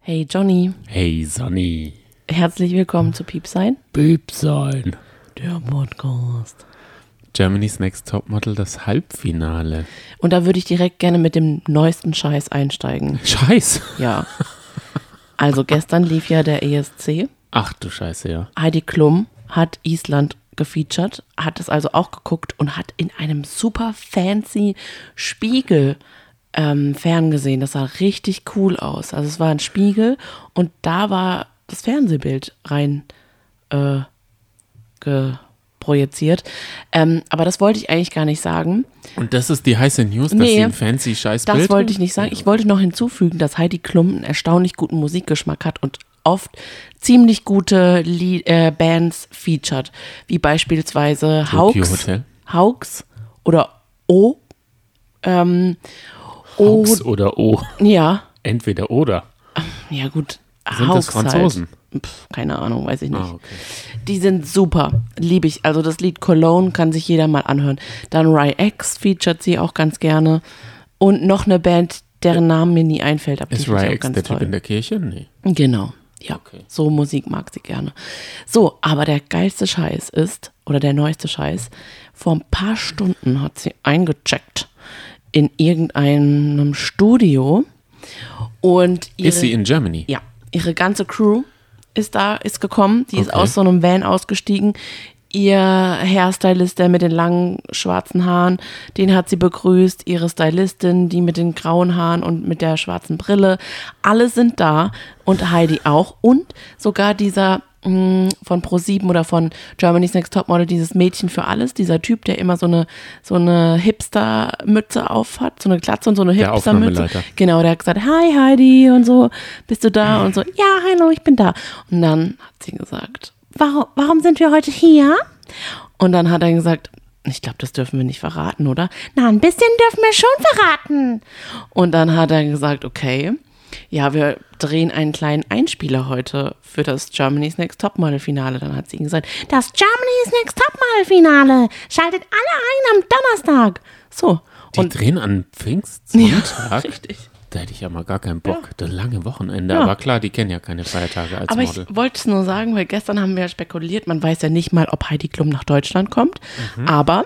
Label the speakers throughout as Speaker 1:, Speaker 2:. Speaker 1: Hey Johnny,
Speaker 2: Hey Sonny.
Speaker 1: herzlich willkommen zu Piepsein.
Speaker 2: Böb sein.
Speaker 1: Der Podcast.
Speaker 2: Germany's Next Topmodel, das Halbfinale.
Speaker 1: Und da würde ich direkt gerne mit dem neuesten Scheiß einsteigen.
Speaker 2: Scheiß.
Speaker 1: Ja. Also gestern lief ja der E ESC.
Speaker 2: Ach du Scheiße, ja.
Speaker 1: Heidi Klum hat Island gefeatured, hat es also auch geguckt und hat in einem super fancy Spiegel ähm, ferngesehen. Das sah richtig cool aus. Also es war ein Spiegel und da war das Fernsehbild rein äh, ge- projiziert. Ähm, aber das wollte ich eigentlich gar nicht sagen.
Speaker 2: Und das ist die heiße News, dass
Speaker 1: Nee,
Speaker 2: sie ein fancy Scheißbild.
Speaker 1: Das wollte ich nicht sagen. Ich wollte noch hinzufügen, dass Heidi Klum einen erstaunlich guten Musikgeschmack hat und oft ziemlich gute Lie- äh, Bands featured, wie beispielsweise
Speaker 2: Tokyo
Speaker 1: Hauks,
Speaker 2: Hotel.
Speaker 1: Hauks oder O. Ähm, o
Speaker 2: Hux oder O.
Speaker 1: ja,
Speaker 2: Entweder oder.
Speaker 1: ja gut.
Speaker 2: Sind
Speaker 1: Hauks
Speaker 2: das Franzosen?
Speaker 1: Halt. Pff, keine Ahnung, weiß ich nicht.
Speaker 2: Ah, okay.
Speaker 1: Die sind super, liebe ich. Also das Lied Cologne kann sich jeder mal anhören. Dann Ry X featured sie auch ganz gerne. Und noch eine Band, deren Namen mir nie einfällt, aber
Speaker 2: Ist
Speaker 1: die finde
Speaker 2: Rye
Speaker 1: ich auch
Speaker 2: X
Speaker 1: ganz
Speaker 2: der Typ in
Speaker 1: toll.
Speaker 2: der Kirche? Nee.
Speaker 1: Genau, ja.
Speaker 2: Okay.
Speaker 1: So Musik mag sie gerne. So, aber der geilste Scheiß ist, oder der neueste Scheiß, vor ein paar Stunden hat sie eingecheckt in irgendeinem Studio und ihre,
Speaker 2: Ist sie in Germany?
Speaker 1: ja, ihre ganze Crew ist da, ist gekommen. Die ist
Speaker 2: Okay.
Speaker 1: aus so einem Van ausgestiegen. Ihr Hairstylist, der mit den langen schwarzen Haaren, den hat sie begrüßt. Ihre Stylistin, die mit den grauen Haaren und mit der schwarzen Brille. Alle sind da und Heidi auch. Und sogar dieser mh, von Pro7 oder von Germany's Next Topmodel, dieses Mädchen für alles, dieser Typ, der immer so eine, so eine Hipster-Mütze auf hat, so eine Glatze und so eine
Speaker 2: Der
Speaker 1: Hipster-Mütze.
Speaker 2: Aufnahmeleiter.
Speaker 1: Genau, der hat gesagt, hi Heidi und so, bist du da? Und so, ja, hallo, ich bin da. Und dann hat sie gesagt, warum, warum sind wir heute hier? Und dann hat er gesagt, ich glaube, das dürfen wir nicht verraten, oder? Na, ein bisschen dürfen wir schon verraten. Und dann hat er gesagt, okay, ja, wir drehen einen kleinen Einspieler heute für das Germany's Next Topmodel-Finale. Dann hat sie ihm gesagt, das Germany's Next Topmodel-Finale. Schaltet alle ein am Donnerstag. So.
Speaker 2: Die
Speaker 1: und
Speaker 2: drehen an Pfingstsonntag.
Speaker 1: richtig.
Speaker 2: Da hätte ich ja mal gar keinen Bock. Das lange Wochenende.
Speaker 1: Ja.
Speaker 2: Aber klar, die kennen ja keine Feiertage als
Speaker 1: Aber ich
Speaker 2: Model.
Speaker 1: wollte es nur sagen, weil gestern haben wir ja spekuliert, man weiß ja nicht mal, ob Heidi Klum nach Deutschland kommt.
Speaker 2: Mhm.
Speaker 1: Aber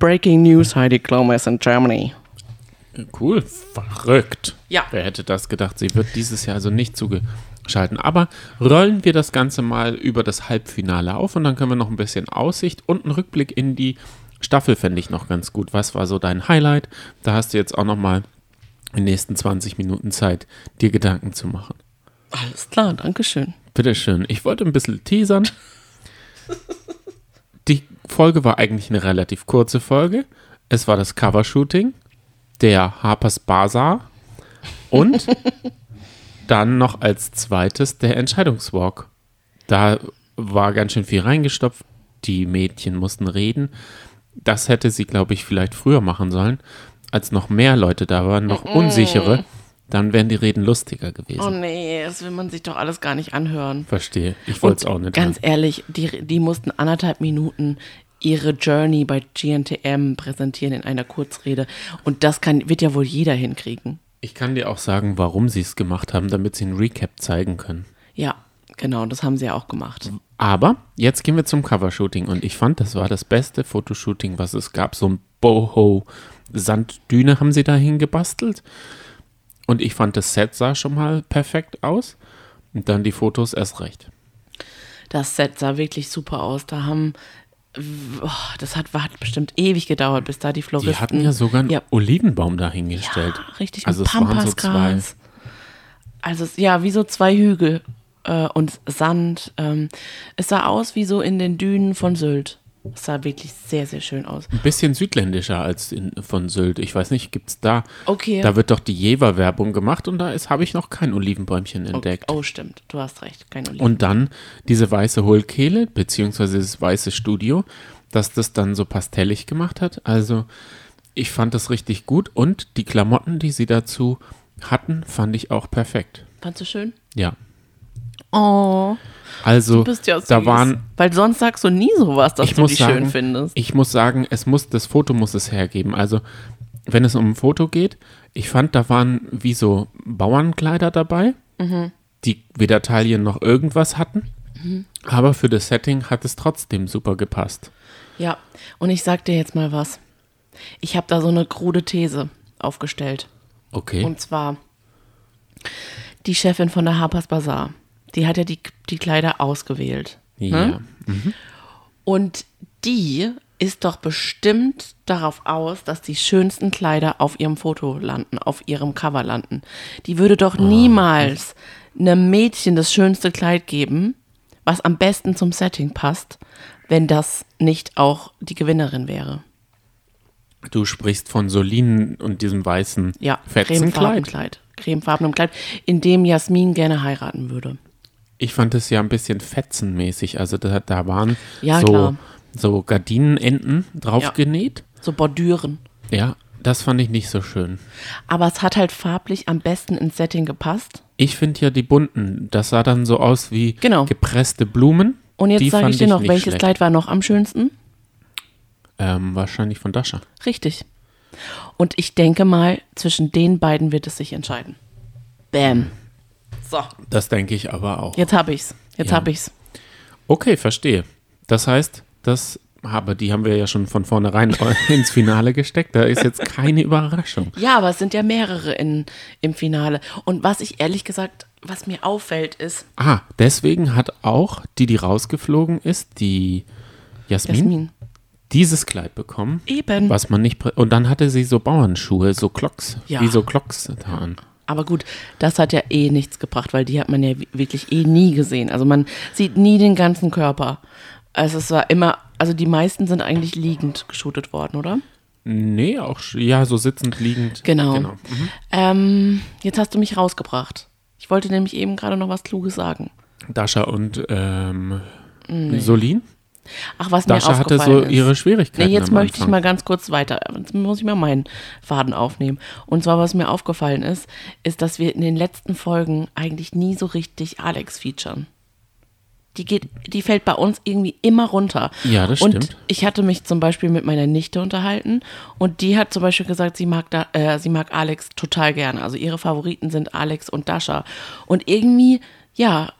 Speaker 1: Breaking News, Heidi Klum ist in Germany.
Speaker 2: Cool, verrückt.
Speaker 1: Ja.
Speaker 2: Wer hätte das gedacht? Sie wird dieses Jahr also nicht zugeschalten. Aber rollen wir das Ganze mal über das Halbfinale auf und dann können wir noch ein bisschen Aussicht und einen Rückblick in die Staffel fände ich noch ganz gut. Was war so dein Highlight? Da hast du jetzt auch noch mal die nächsten 20 Minuten Zeit, dir Gedanken zu machen.
Speaker 1: Alles klar, Dankeschön.
Speaker 2: Bitteschön. Ich wollte ein bisschen teasern. Die Folge war eigentlich eine relativ kurze Folge. Es war das Covershooting, der Harper's Bazaar und dann noch als zweites der Entscheidungswalk. Da war ganz schön viel reingestopft. Die Mädchen mussten reden. Das hätte sie, glaube ich, vielleicht früher machen sollen, als noch mehr Leute da waren, noch unsichere. Dann wären die Reden lustiger gewesen.
Speaker 1: Oh nee, das will man sich doch alles gar nicht anhören.
Speaker 2: Verstehe. Ich wollte es
Speaker 1: Oh Und
Speaker 2: auch nicht.
Speaker 1: Ganz ehrlich, die, die mussten anderthalb Minuten ihre Journey bei GNTM präsentieren in einer Kurzrede. Und das kann, wird ja wohl jeder hinkriegen.
Speaker 2: Ich kann dir auch sagen, warum sie es gemacht haben, damit sie einen Recap zeigen können.
Speaker 1: Ja, genau, das haben sie ja auch gemacht.
Speaker 2: Aber jetzt gehen wir zum Covershooting und ich fand, das war das beste Fotoshooting, was es gab. So ein Boho-Sanddüne haben sie dahin gebastelt. Und ich fand, das Set sah schon mal perfekt aus. Und dann die Fotos erst recht.
Speaker 1: Das Set sah wirklich super aus. Da haben, boah, das hat, hat bestimmt ewig gedauert, bis da die
Speaker 2: Die
Speaker 1: Floristen.
Speaker 2: hatten ja sogar einen
Speaker 1: Ja.
Speaker 2: Olivenbaum dahingestellt.
Speaker 1: Ja, richtig,
Speaker 2: Also
Speaker 1: mit
Speaker 2: es waren so zwei.
Speaker 1: Pampasgras. Also es, ja, wie so zwei Hügel äh, und Sand. Ähm, es sah aus wie so in den Dünen von Sylt. Es sah wirklich sehr, sehr schön aus.
Speaker 2: Ein bisschen südländischer als in, von Sylt. Ich weiß nicht, gibt's da.
Speaker 1: Okay.
Speaker 2: Da wird doch die Jever-Werbung gemacht und da ist- habe ich noch kein Olivenbäumchen entdeckt.
Speaker 1: Oh, stimmt. Du hast recht. Kein Oliven.
Speaker 2: Und dann diese weiße Hohlkehle, beziehungsweise dieses weiße Studio, dass das dann so pastellig gemacht hat. Also ich fand das richtig gut und die Klamotten, die sie dazu hatten, fand ich auch perfekt.
Speaker 1: Fandst du schön?
Speaker 2: Ja.
Speaker 1: Oh,
Speaker 2: Also
Speaker 1: du bist ja süß.
Speaker 2: da waren,
Speaker 1: Weil sonst sagst du nie sowas, dass
Speaker 2: ich
Speaker 1: du
Speaker 2: muss
Speaker 1: die
Speaker 2: sagen,
Speaker 1: schön findest.
Speaker 2: ich muss sagen, es muss, das Foto muss es hergeben. Also wenn es um ein Foto geht, ich fand, da waren wie so Bauernkleider dabei.
Speaker 1: Mhm.
Speaker 2: die weder Taillen noch irgendwas hatten. Aber für das Setting hat es trotzdem super gepasst.
Speaker 1: Ja, und ich sag dir jetzt mal was. Ich habe da so eine krude These aufgestellt.
Speaker 2: Okay.
Speaker 1: Und zwar die Chefin von der Harper's Bazaar. Die hat ja die, die Kleider ausgewählt.
Speaker 2: ja.
Speaker 1: Ne? Und die ist doch bestimmt darauf aus, dass die schönsten Kleider auf ihrem Foto landen, auf ihrem Cover landen. Die würde doch niemals einem Mädchen das schönste Kleid geben, was am besten zum Setting passt, wenn das nicht auch die Gewinnerin wäre.
Speaker 2: Du sprichst von Solinen und diesem weißen
Speaker 1: Ja, cremefarbenem
Speaker 2: Fetzenkleid.
Speaker 1: Kleid. Cremefarbenem Kleid, in dem Jasmin gerne heiraten würde.
Speaker 2: Ich fand es ja ein bisschen fetzenmäßig. Also da, da waren
Speaker 1: Ja,
Speaker 2: so,
Speaker 1: klar.
Speaker 2: so Gardinenenden draufgenäht.
Speaker 1: So Bordüren.
Speaker 2: Ja. das fand ich nicht so schön.
Speaker 1: Aber es hat halt farblich am besten ins Setting gepasst.
Speaker 2: Ich finde ja die bunten, das sah dann so aus wie
Speaker 1: Genau.
Speaker 2: gepresste Blumen.
Speaker 1: Und
Speaker 2: Die
Speaker 1: jetzt sage
Speaker 2: fand
Speaker 1: ich dir noch,
Speaker 2: nicht
Speaker 1: welches
Speaker 2: schlecht.
Speaker 1: Kleid war noch am schönsten?
Speaker 2: Ähm, wahrscheinlich von Dasha.
Speaker 1: Richtig. Und ich denke mal, zwischen den beiden wird es sich entscheiden. Bam. So,
Speaker 2: Das denke ich aber auch.
Speaker 1: jetzt habe ich's. Jetzt
Speaker 2: Ja.
Speaker 1: habe ich's.
Speaker 2: Okay, verstehe. Das heißt, das, aber die haben wir ja schon von vornherein ins Finale gesteckt. Da ist jetzt keine Überraschung.
Speaker 1: Ja, aber es sind ja mehrere in, im Finale. Und was ich ehrlich gesagt, was mir auffällt, ist
Speaker 2: Ah, deswegen hat auch die, die rausgeflogen ist, die Jasmin,
Speaker 1: Jasmin.
Speaker 2: dieses Kleid bekommen.
Speaker 1: Eben.
Speaker 2: Was man nicht. prä- Und dann hatte sie so Bauernschuhe, so Klocks,
Speaker 1: Ja.
Speaker 2: wie so Klocks da an.
Speaker 1: Aber gut, das hat ja eh nichts gebracht, weil die hat man ja wi- wirklich eh nie gesehen. Also man sieht nie den ganzen Körper. Also es war immer, also die meisten sind eigentlich liegend geshootet worden, oder?
Speaker 2: Nee, auch, sch- ja, so sitzend, liegend.
Speaker 1: Genau.
Speaker 2: Mhm.
Speaker 1: Ähm, jetzt hast du mich rausgebracht. Ich wollte nämlich eben gerade noch was Kluges sagen.
Speaker 2: Dasha und ähm, Solin.
Speaker 1: Ach, was mir
Speaker 2: Dasha hatte
Speaker 1: aufgefallen
Speaker 2: so
Speaker 1: ist.
Speaker 2: ihre Schwierigkeiten.
Speaker 1: Nee, jetzt
Speaker 2: am
Speaker 1: möchte ich
Speaker 2: Anfang.
Speaker 1: mal ganz kurz weiter. Jetzt muss ich mal meinen Faden aufnehmen. Und zwar, was mir aufgefallen ist, ist, dass wir in den letzten Folgen eigentlich nie so richtig Alex featuren. Die, geht, die fällt bei uns irgendwie immer runter.
Speaker 2: Ja, das
Speaker 1: und
Speaker 2: stimmt.
Speaker 1: Ich hatte mich zum Beispiel mit meiner Nichte unterhalten und die hat zum Beispiel gesagt, sie mag, da, äh, sie mag Alex total gerne. Also ihre Favoriten sind Alex und Dasha. Und irgendwie, ja,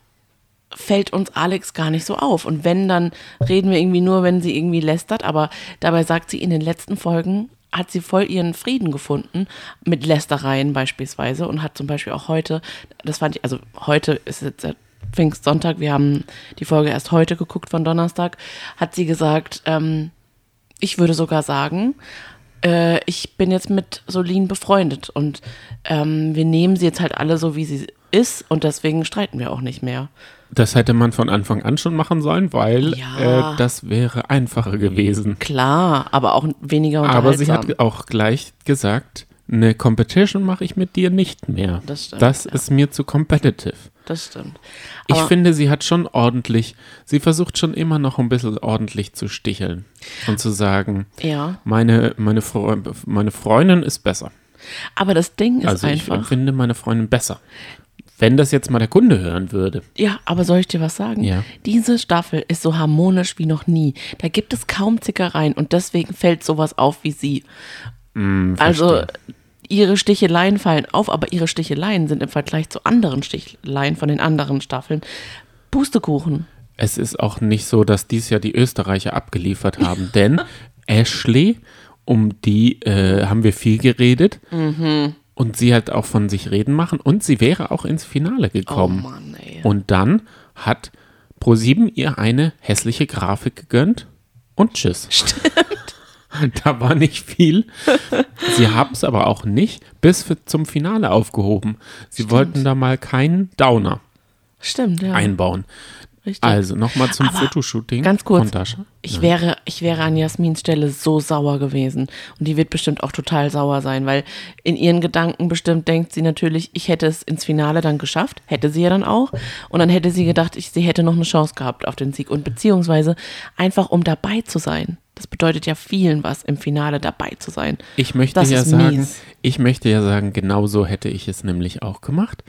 Speaker 1: fällt uns Alex gar nicht so auf. Und wenn, dann reden wir irgendwie nur, wenn sie irgendwie lästert. Aber dabei sagt sie in den letzten Folgen, hat sie voll ihren Frieden gefunden mit Lästereien beispielsweise und hat zum Beispiel auch heute, das fand ich, also heute ist jetzt der Pfingstsonntag, wir haben die Folge erst heute geguckt von Donnerstag, hat sie gesagt, ähm, ich würde sogar sagen, äh, ich bin jetzt mit Solin befreundet und ähm, wir nehmen sie jetzt halt alle so, wie sie ist und deswegen streiten wir auch nicht mehr.
Speaker 2: Das hätte man von Anfang an schon machen sollen, weil
Speaker 1: Ja.
Speaker 2: äh, das wäre einfacher gewesen.
Speaker 1: Klar, aber auch weniger unterhaltsam.
Speaker 2: Aber sie hat auch gleich gesagt, eine Competition mache ich mit dir nicht mehr.
Speaker 1: Das stimmt, ja.
Speaker 2: ist mir zu competitive.
Speaker 1: das stimmt.
Speaker 2: Ich
Speaker 1: Aber,
Speaker 2: finde, sie hat schon ordentlich, sie versucht schon immer noch ein bisschen ordentlich zu sticheln und zu sagen,
Speaker 1: ja,
Speaker 2: meine, meine, Fre meine Freundin ist besser.
Speaker 1: aber das Ding ist
Speaker 2: also ich
Speaker 1: einfach.
Speaker 2: empfinde meine Freundin besser. Wenn das jetzt mal der Kunde hören würde.
Speaker 1: Ja, aber soll ich dir was sagen?
Speaker 2: Ja.
Speaker 1: Diese Staffel ist so harmonisch wie noch nie. Da gibt es kaum Zickereien und deswegen fällt sowas auf wie sie.
Speaker 2: Mm,
Speaker 1: also ihre Sticheleien fallen auf, aber ihre Sticheleien sind im Vergleich zu anderen Sticheleien von den anderen Staffeln Pustekuchen.
Speaker 2: Es ist auch nicht so, dass dies Jahr die Österreicher abgeliefert haben, denn Ashley, um die äh, haben wir viel geredet
Speaker 1: Mhm.
Speaker 2: und sie hat auch von sich reden machen und sie wäre auch ins Finale gekommen.
Speaker 1: Oh Mann, ey.
Speaker 2: und dann hat ProSieben ihr eine hässliche Grafik gegönnt und tschüss. Da war nicht viel. Sie haben es aber auch nicht bis für, zum Finale aufgehoben. Sie wollten da mal keinen Downer
Speaker 1: Stimmt, ja.
Speaker 2: einbauen.
Speaker 1: richtig.
Speaker 2: Also nochmal zum
Speaker 1: Aber
Speaker 2: Fotoshooting.
Speaker 1: ganz kurz,
Speaker 2: Von Dasha.
Speaker 1: Ich wäre, ich wäre an Jasmins Stelle so sauer gewesen. Und die wird bestimmt auch total sauer sein, weil in ihren Gedanken bestimmt denkt sie natürlich, ich hätte es ins Finale dann geschafft. Hätte sie ja dann auch. Und dann hätte sie gedacht, ich, sie hätte noch eine Chance gehabt auf den Sieg. Und beziehungsweise einfach, um dabei zu sein. Das bedeutet ja vielen was, im Finale dabei zu sein.
Speaker 2: Ich möchte
Speaker 1: Das
Speaker 2: ja
Speaker 1: ist
Speaker 2: sagen,
Speaker 1: mies.
Speaker 2: ich möchte ja sagen, genau so hätte ich es nämlich auch gemacht.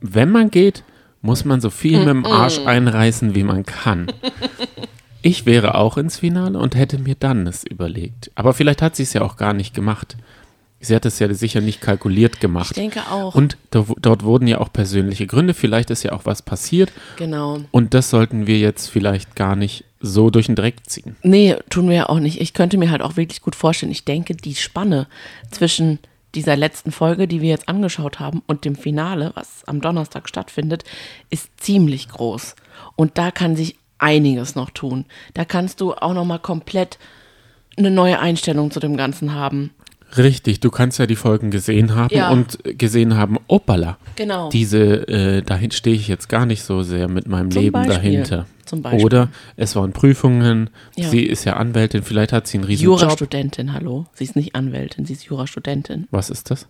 Speaker 2: Wenn man geht, muss man so viel mit dem Arsch einreißen, wie man kann. Ich wäre auch ins Finale und hätte mir dann es überlegt. Aber vielleicht hat sie es ja auch gar nicht gemacht. Sie hat es ja sicher nicht kalkuliert gemacht.
Speaker 1: Ich denke auch.
Speaker 2: Und da, wo- dort wurden ja auch persönliche Gründe. Vielleicht ist ja auch was passiert.
Speaker 1: Genau.
Speaker 2: Und das sollten wir jetzt vielleicht gar nicht so durch den Dreck ziehen.
Speaker 1: Nee, tun wir ja auch nicht. Ich könnte mir halt auch wirklich gut vorstellen, ich denke, die Spanne zwischen dieser letzten Folge, die wir jetzt angeschaut haben, und dem Finale, was am Donnerstag stattfindet, ist ziemlich groß. Und da kann sich einiges noch tun. Da kannst du auch noch mal komplett eine neue Einstellung zu dem Ganzen haben.
Speaker 2: Richtig, du kannst ja die Folgen gesehen haben
Speaker 1: Ja.
Speaker 2: und gesehen haben, opala.
Speaker 1: Genau.
Speaker 2: Diese, äh, dahin stehe ich jetzt gar nicht so sehr mit meinem
Speaker 1: Zum
Speaker 2: Leben
Speaker 1: Beispiel.
Speaker 2: dahinter.
Speaker 1: Zum Beispiel.
Speaker 2: Oder es waren Prüfungen,
Speaker 1: Ja.
Speaker 2: sie ist ja Anwältin, vielleicht hat sie einen riesen Job.
Speaker 1: Jurastudentin, hallo. Sie ist nicht Anwältin, sie ist Jurastudentin.
Speaker 2: Was ist das?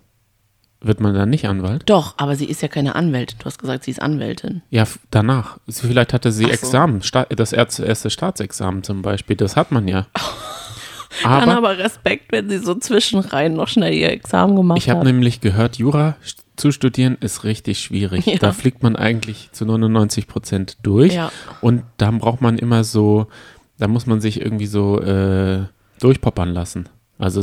Speaker 2: Wird man dann nicht Anwalt?
Speaker 1: Doch, aber sie ist ja keine Anwältin. Du hast gesagt, sie ist Anwältin.
Speaker 2: Ja, f- danach. Sie- Vielleicht hatte sie
Speaker 1: Ach so.
Speaker 2: Examen, Sta das erste erste Staatsexamen zum Beispiel, das hat man ja.
Speaker 1: Dann
Speaker 2: Aber
Speaker 1: aber Respekt, wenn sie so zwischenrein noch schnell ihr Examen gemacht
Speaker 2: ich habe
Speaker 1: hat.
Speaker 2: nämlich gehört, Jura st- zu studieren ist richtig schwierig.
Speaker 1: Ja.
Speaker 2: Da fliegt man eigentlich zu 99 Prozent durch.
Speaker 1: Ja.
Speaker 2: Und da braucht man immer so, da muss man sich irgendwie so äh, durchpoppern lassen. Also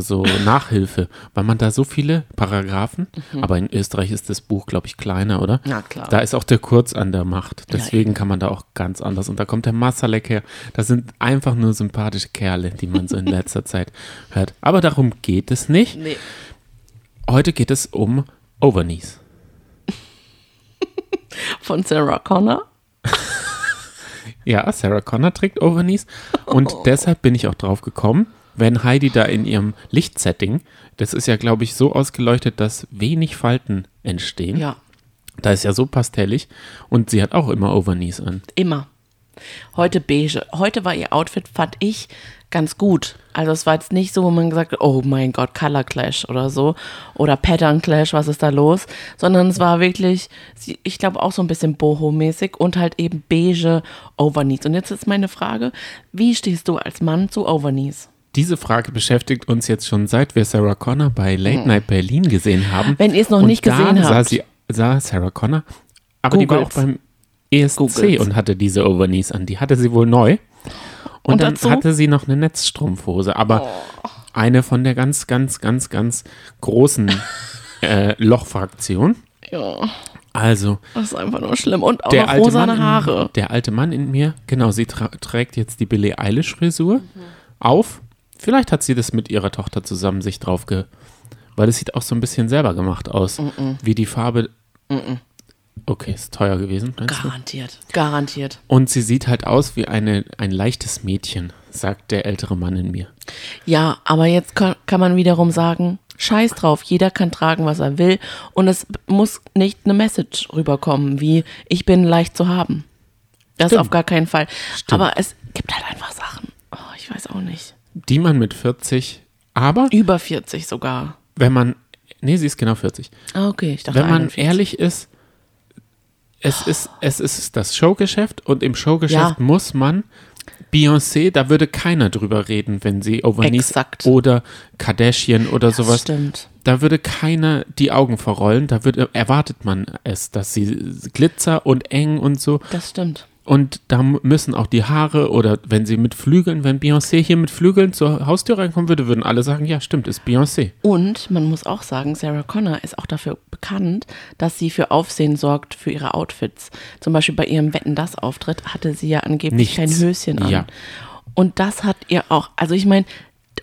Speaker 2: so Nachhilfe, weil man da so viele Paragraphen, aber in Österreich ist das Buch, glaube ich, kleiner, oder?
Speaker 1: Mhm. Na klar.
Speaker 2: Da ist auch der Kurz an der Macht.
Speaker 1: Ja,
Speaker 2: Deswegen kann man da auch ganz anders. Und da kommt der Massalek her. Das sind einfach nur sympathische Kerle, die man so in letzter Zeit hört. Aber darum geht es nicht.
Speaker 1: Nee.
Speaker 2: Heute geht es um Overknees.
Speaker 1: Von Sarah Connor.
Speaker 2: Ja, Sarah Connor trägt Overknees. Und
Speaker 1: Oh.
Speaker 2: deshalb bin ich auch drauf gekommen, wenn Heidi da in ihrem Lichtsetting, das ist ja, glaube ich, so ausgeleuchtet, dass wenig Falten entstehen.
Speaker 1: Ja,
Speaker 2: Da ist ja so pastellig. Und sie hat auch immer Overknees an.
Speaker 1: immer. Heute beige. Heute war ihr Outfit, fand ich, ganz gut. Also es war jetzt nicht so, wo man gesagt hat, oh mein Gott, Color Clash oder so. Oder Pattern Clash, was ist da los? Sondern es war wirklich, sie- ich glaube auch so ein bisschen boho-mäßig und halt eben beige Overknees. Und jetzt ist meine Frage, wie stehst du als Mann zu Overknees?
Speaker 2: Diese Frage beschäftigt uns jetzt schon seit wir Sarah Connor bei Late Night Berlin gesehen haben.
Speaker 1: Hm. Wenn ihr es noch
Speaker 2: und
Speaker 1: nicht gesehen
Speaker 2: da sah
Speaker 1: habt.
Speaker 2: sie sah Sarah Connor, aber die war auch
Speaker 1: Googles.
Speaker 2: beim ESC
Speaker 1: Googles.
Speaker 2: und hatte diese Overknees an. Die hatte sie wohl neu. Und,
Speaker 1: Und
Speaker 2: dann
Speaker 1: dazu? Oh.
Speaker 2: hatte sie noch eine Netzstrumpfhose, aber eine von der ganz, ganz, ganz, ganz großen äh, Lochfraktion.
Speaker 1: Ja,
Speaker 2: Also
Speaker 1: das ist einfach nur schlimm. Und auch
Speaker 2: der
Speaker 1: noch
Speaker 2: alte, Mann
Speaker 1: rosane
Speaker 2: in,
Speaker 1: Haare.
Speaker 2: der alte Mann in mir, genau, sie tra trägt jetzt die Billie Eilish-Frisur
Speaker 1: Mhm.
Speaker 2: auf. Vielleicht hat sie das mit ihrer Tochter zusammen sich drauf ge... Weil das sieht auch so ein bisschen selber gemacht aus, wie die Farbe... Okay, ist teuer gewesen. meinst du?
Speaker 1: Garantiert. Garantiert.
Speaker 2: Und sie sieht halt aus wie eine, ein leichtes Mädchen, sagt der ältere Mann in mir.
Speaker 1: Ja, aber jetzt kann, kann man wiederum sagen, scheiß drauf, jeder kann tragen, was er will und es muss nicht eine Message rüberkommen, wie ich bin leicht zu haben. Das
Speaker 2: Stimmt.
Speaker 1: auf gar keinen Fall. Aber es gibt halt einfach Sachen. Oh, ich weiß auch nicht.
Speaker 2: Die man mit 40... Aber
Speaker 1: Über 40 sogar.
Speaker 2: wenn man... Nee, sie ist genau 40.
Speaker 1: Ah, okay, ich dachte
Speaker 2: Wenn man
Speaker 1: 41.
Speaker 2: ehrlich ist, es ist, es ist das Showgeschäft und im Showgeschäft
Speaker 1: Ja.
Speaker 2: muss man Beyoncé, da würde keiner drüber reden, wenn sie Overnies
Speaker 1: Exakt.
Speaker 2: oder Kardashian oder sowas.
Speaker 1: Stimmt.
Speaker 2: Da würde keiner die Augen verrollen, da würde, erwartet man es, dass sie glitzer und eng und so.
Speaker 1: Das stimmt.
Speaker 2: Und da m- müssen auch die Haare oder wenn sie mit Flügeln, wenn Beyoncé hier mit Flügeln zur Haustür reinkommen würde, würden alle sagen, ja stimmt, ist Beyoncé.
Speaker 1: Und man muss auch sagen, Sarah Connor ist auch dafür bekannt, dass sie für Aufsehen sorgt für ihre Outfits. Zum Beispiel bei ihrem Wetten das Auftritt hatte sie ja angeblich
Speaker 2: Nichts.
Speaker 1: kein Höschen an.
Speaker 2: Ja.
Speaker 1: Und das hat ihr auch, also ich meine,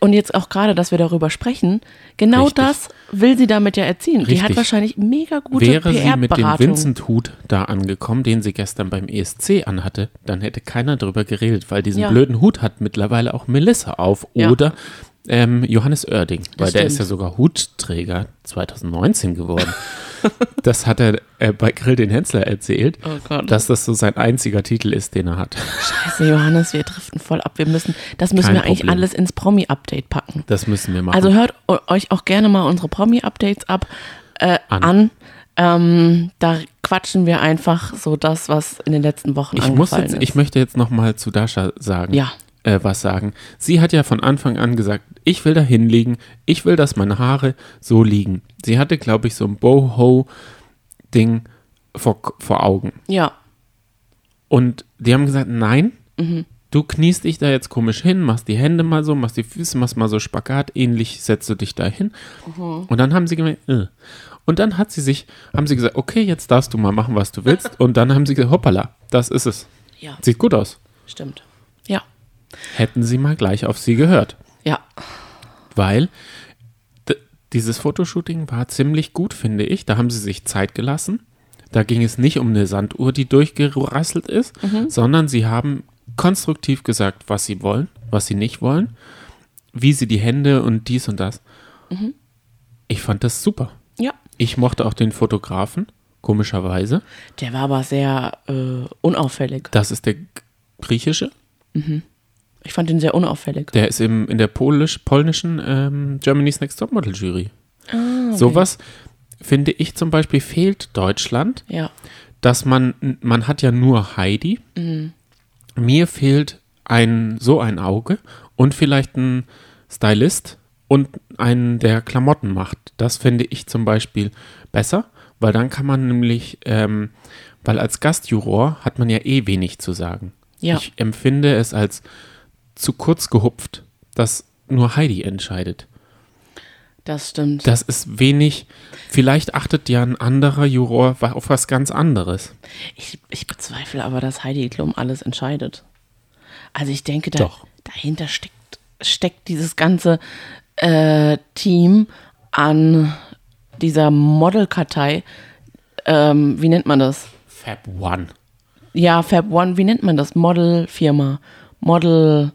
Speaker 1: und jetzt auch gerade, dass wir darüber sprechen, genau
Speaker 2: Richtig.
Speaker 1: das will sie damit ja erzielen. Die hat
Speaker 2: Richtig.
Speaker 1: wahrscheinlich mega gute
Speaker 2: Wäre sie mit dem
Speaker 1: PR-Beratung.
Speaker 2: Vincent-Hut da angekommen, den sie gestern beim ESC anhatte, dann hätte keiner drüber geredet, weil diesen
Speaker 1: Ja.
Speaker 2: blöden Hut hat mittlerweile auch Melissa auf
Speaker 1: Ja.
Speaker 2: oder ähm, Johannes Oerding, weil der ist
Speaker 1: stimmt.
Speaker 2: ja sogar Hutträger 2019 geworden. das hat er äh, bei Grill den Hensler erzählt,
Speaker 1: Oh Gott.
Speaker 2: dass das so sein einziger Titel ist, den er hat.
Speaker 1: Scheiße, Also Johannes, wir driften voll ab. Wir müssen, das müssen
Speaker 2: Kein
Speaker 1: wir eigentlich
Speaker 2: Problem.
Speaker 1: alles ins Promi-Update packen.
Speaker 2: Das müssen wir machen.
Speaker 1: Also hört o- euch auch gerne mal unsere Promi-Updates ab äh, an. Ähm, da quatschen wir einfach so das, was in den letzten Wochen
Speaker 2: ich, muss
Speaker 1: angefallen
Speaker 2: jetzt,
Speaker 1: ist.
Speaker 2: ich möchte jetzt nochmal zu Dasha sagen.
Speaker 1: ja,
Speaker 2: äh, was sagen. Sie hat ja von Anfang an gesagt, ich will da hinlegen, ich will, dass meine Haare so liegen. Sie hatte, glaube ich, so ein Boho-Ding vor, vor Augen.
Speaker 1: ja,
Speaker 2: Und die haben gesagt, nein, Du kniest dich da jetzt komisch hin, machst die Hände mal so, machst die Füße, machst mal so Spagat, ähnlich setzt du dich da hin. Und dann haben sie gemerkt, äh. und dann hat sie sich, haben sie gesagt, okay, jetzt darfst du mal machen, was du willst. Und dann haben sie gesagt, hoppala, das ist es.
Speaker 1: Ja,
Speaker 2: Sieht gut aus.
Speaker 1: stimmt. Ja,
Speaker 2: Hätten sie mal gleich auf sie gehört.
Speaker 1: ja,
Speaker 2: weil d- dieses Fotoshooting war ziemlich gut, finde ich. Da haben sie sich Zeit gelassen. Da ging es nicht um eine Sanduhr, die durchgerasselt ist, sondern sie haben konstruktiv gesagt, was sie wollen, was sie nicht wollen, wie sie die Hände und dies und das. Ich fand das super.
Speaker 1: ja.
Speaker 2: Ich mochte auch den Fotografen, komischerweise.
Speaker 1: Der war aber sehr äh, unauffällig.
Speaker 2: Das ist der G- griechische.
Speaker 1: Ich fand ihn sehr unauffällig.
Speaker 2: Der ist im, in der polisch, polnischen ähm, Germany's Next Topmodel Jury. Sowas finde ich zum Beispiel fehlt Deutschland,
Speaker 1: Ja,
Speaker 2: dass man, man hat ja nur Heidi. Mir fehlt ein, so ein Auge und vielleicht ein Stylist und einen, der Klamotten macht. Das finde ich zum Beispiel besser, weil dann kann man nämlich, ähm, weil als Gastjuror hat man ja eh wenig zu sagen.
Speaker 1: Ja.
Speaker 2: Ich empfinde es als zu kurz gehupft, dass nur Heidi entscheidet.
Speaker 1: das stimmt.
Speaker 2: Das ist wenig. Vielleicht achtet ja ein anderer Juror wa- auf was ganz anderes.
Speaker 1: Ich, ich bezweifle aber, dass Heidi Klum alles entscheidet. Also ich denke, da,
Speaker 2: Doch.
Speaker 1: dahinter steckt, steckt dieses ganze äh, Team an dieser Modelkartei. Ähm, wie nennt man das?
Speaker 2: Fab One.
Speaker 1: Ja, Fab One, wie nennt man das? Modelfirma. Model.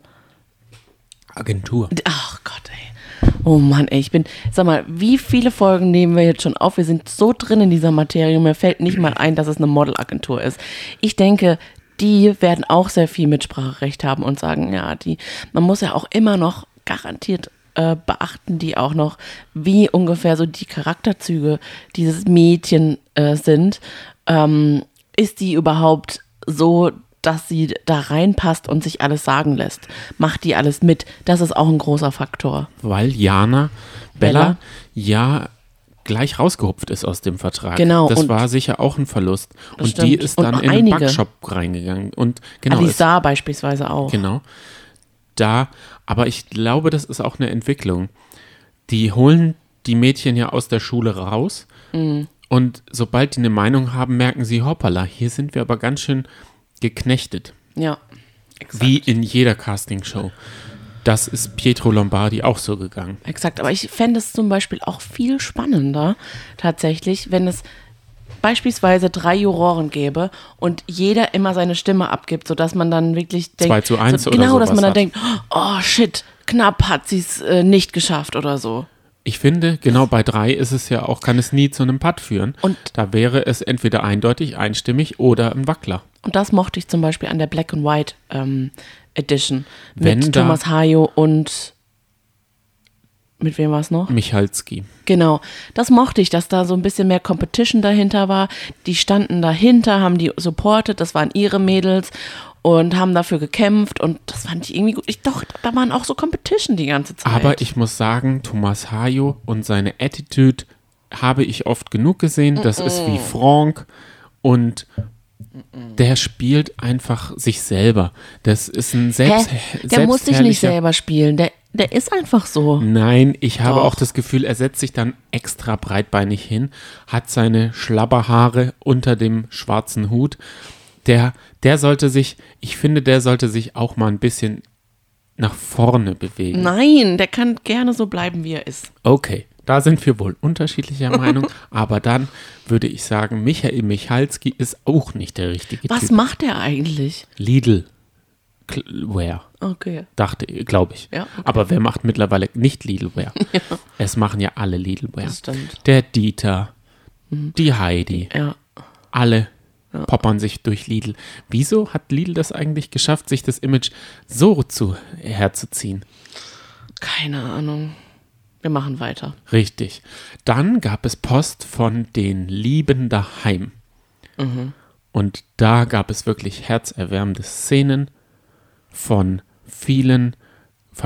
Speaker 2: Agentur.
Speaker 1: Ach Gott, ey. Oh Mann, ey, ich bin. Sag mal, wie viele Folgen nehmen wir jetzt schon auf? Wir sind so drin in dieser Materie, mir fällt nicht mal ein, dass es eine Modelagentur ist. Ich denke, die werden auch sehr viel Mitspracherecht haben und sagen, ja, die. Man muss ja auch immer noch garantiert äh, beachten, die auch noch, wie ungefähr so die Charakterzüge dieses Mädchen äh, sind. Ähm, ist die überhaupt so, dass sie da reinpasst und sich alles sagen lässt? Macht die alles mit? Das ist auch ein großer Faktor.
Speaker 2: Weil Jana Bella,
Speaker 1: Bella.
Speaker 2: ja gleich rausgehupft ist aus dem Vertrag.
Speaker 1: Genau,
Speaker 2: Das
Speaker 1: und-
Speaker 2: war sicher auch ein Verlust. Und die
Speaker 1: stimmt.
Speaker 2: ist
Speaker 1: Und
Speaker 2: dann
Speaker 1: auch
Speaker 2: in den
Speaker 1: einige.
Speaker 2: Backshop reingegangen. Und genau, es-
Speaker 1: Alisa beispielsweise auch.
Speaker 2: genau. Da, aber ich glaube, das ist auch eine Entwicklung. Die holen die Mädchen ja aus der Schule raus.
Speaker 1: Mhm.
Speaker 2: Und sobald die eine Meinung haben, merken sie, hoppala, hier sind wir aber ganz schön geknechtet.
Speaker 1: Ja.
Speaker 2: Wie in jeder Castingshow. Das ist Pietro Lombardi auch so gegangen.
Speaker 1: Exakt, aber ich fände es zum Beispiel auch viel spannender, tatsächlich, wenn es beispielsweise drei Juroren gäbe und jeder immer seine Stimme abgibt, sodass man dann wirklich denkt,
Speaker 2: Zwei zu eins
Speaker 1: so,
Speaker 2: oder
Speaker 1: genau, dass man
Speaker 2: sowas
Speaker 1: dann
Speaker 2: hat.
Speaker 1: denkt, oh shit, knapp hat sie es äh, nicht geschafft oder so.
Speaker 2: Ich finde, genau bei drei ist es ja auch, kann es nie zu einem Putt führen.
Speaker 1: Und-
Speaker 2: da wäre es entweder eindeutig, einstimmig oder ein Wackler.
Speaker 1: Und das mochte ich zum Beispiel an der Black and White ähm, Edition
Speaker 2: Wenn
Speaker 1: mit
Speaker 2: da-
Speaker 1: Thomas Hayo und mit wem war es noch?
Speaker 2: Michalski.
Speaker 1: Genau, das mochte ich, dass da so ein bisschen mehr Competition dahinter war. Die standen dahinter, haben die supportet, das waren ihre Mädels und haben dafür gekämpft und das fand ich irgendwie gut. Ich dachte, da waren auch so Competition die ganze Zeit.
Speaker 2: Aber ich muss sagen, Thomas Hayo und seine Attitude habe ich oft genug gesehen. Das ist wie Franck und der spielt einfach sich selber. Das ist ein
Speaker 1: Hä?
Speaker 2: selbst Mhm.
Speaker 1: Der muss sich nicht
Speaker 2: selbstherrlicher-
Speaker 1: selber spielen, der, der ist einfach so.
Speaker 2: Nein, ich habe
Speaker 1: Doch.
Speaker 2: auch das Gefühl, er setzt sich dann extra breitbeinig hin, hat seine Schlabberhaare unter dem schwarzen Hut. Der, der sollte sich, ich finde, der sollte sich auch mal ein bisschen nach vorne bewegen.
Speaker 1: Nein, der kann gerne so bleiben, wie er ist.
Speaker 2: Okay, da sind wir wohl unterschiedlicher Meinung, aber dann würde ich sagen, Michael Michalski ist auch nicht der richtige
Speaker 1: Was
Speaker 2: Typ.
Speaker 1: macht der eigentlich?
Speaker 2: Lidl Ware,
Speaker 1: Okay.
Speaker 2: dachte, glaube ich.
Speaker 1: Ja, okay.
Speaker 2: Aber wer macht mittlerweile nicht Lidlware? Es machen ja alle Lidlware.
Speaker 1: Das stimmt. Mhm.
Speaker 2: Der Dieter, die Heidi,
Speaker 1: Ja.
Speaker 2: alle poppern sich durch Lidl. Wieso hat Lidl das eigentlich geschafft, sich das Image so zu herzuziehen?
Speaker 1: Keine Ahnung. Wir machen weiter.
Speaker 2: Richtig. Dann gab es Post von den Lieben daheim. Und da gab es wirklich herzerwärmende Szenen von vielen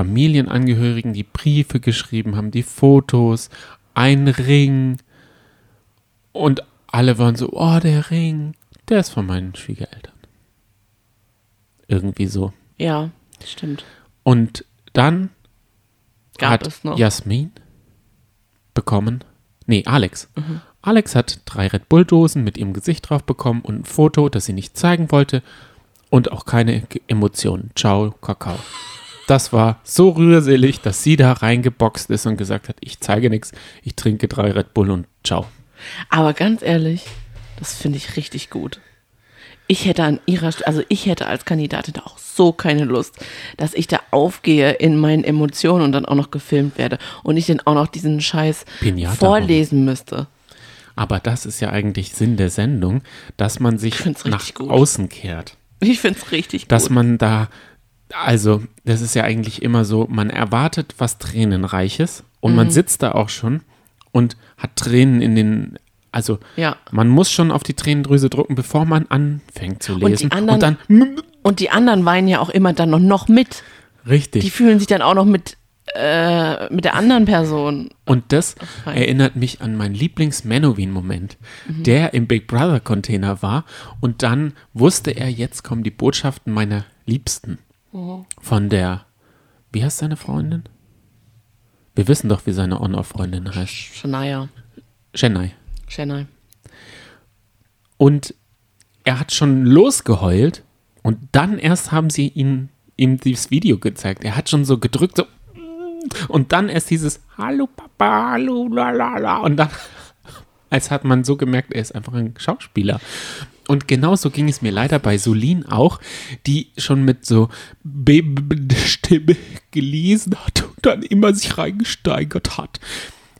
Speaker 2: Familienangehörigen, die Briefe geschrieben haben, die Fotos, ein Ring. Und alle waren so, oh, der Ring, der ist von meinen Schwiegereltern. Irgendwie so.
Speaker 1: Ja, stimmt.
Speaker 2: Und dann
Speaker 1: Gab
Speaker 2: hat
Speaker 1: es noch.
Speaker 2: Jasmin bekommen. Nee, Alex.
Speaker 1: Mhm.
Speaker 2: Alex hat drei Red Bull-Dosen mit ihrem Gesicht drauf bekommen und ein Foto, das sie nicht zeigen wollte. Und auch keine Ge- Emotionen. Ciao, Kakao. Das war so rührselig, dass sie da reingeboxt ist und gesagt hat, ich zeige nichts, ich trinke drei Red Bull und ciao.
Speaker 1: Aber ganz ehrlich, das finde ich richtig gut. Ich hätte an ihrer Stelle, also ich hätte als Kandidatin da auch so keine Lust, dass ich da aufgehe in meinen Emotionen und dann auch noch gefilmt werde und ich dann auch noch diesen Scheiß
Speaker 2: Pinata
Speaker 1: vorlesen müsste.
Speaker 2: Aber das ist ja eigentlich Sinn der Sendung, dass man sich
Speaker 1: find's
Speaker 2: nach
Speaker 1: richtig gut.
Speaker 2: außen kehrt.
Speaker 1: Ich finde es richtig
Speaker 2: dass
Speaker 1: gut.
Speaker 2: man da, also das ist ja eigentlich immer so, man erwartet was Tränenreiches und
Speaker 1: Mhm.
Speaker 2: man sitzt da auch schon und hat Tränen in den, also
Speaker 1: Ja.
Speaker 2: man muss schon auf die Tränendrüse drücken, bevor man anfängt zu
Speaker 1: die
Speaker 2: lesen.
Speaker 1: anderen-
Speaker 2: dann, mm,
Speaker 1: Und die anderen weinen ja auch immer dann noch, noch mit. Die
Speaker 2: richtig.
Speaker 1: fühlen sich dann auch noch mit, äh, mit der anderen Person.
Speaker 2: Und das
Speaker 1: fein.
Speaker 2: erinnert mich an meinen Lieblings-Menowin-Moment, der im Big Brother-Container war und dann wusste er, jetzt kommen die Botschaften meiner Liebsten. Von der, wie heißt seine Freundin? Wir wissen doch, wie seine On-Off-Freundin heißt.
Speaker 1: Shania,
Speaker 2: Chennai.
Speaker 1: Shania.
Speaker 2: Und er hat schon losgeheult und dann erst haben sie ihn, ihm dieses Video gezeigt. Er hat schon so gedrückt so, und dann erst dieses Hallo Papa, hallo la la la und dann als hat man so gemerkt, er ist einfach ein Schauspieler. Und genauso ging es mir leider bei Solin auch, die schon mit so bebender Stimme gelesen hat und dann immer sich reingesteigert hat.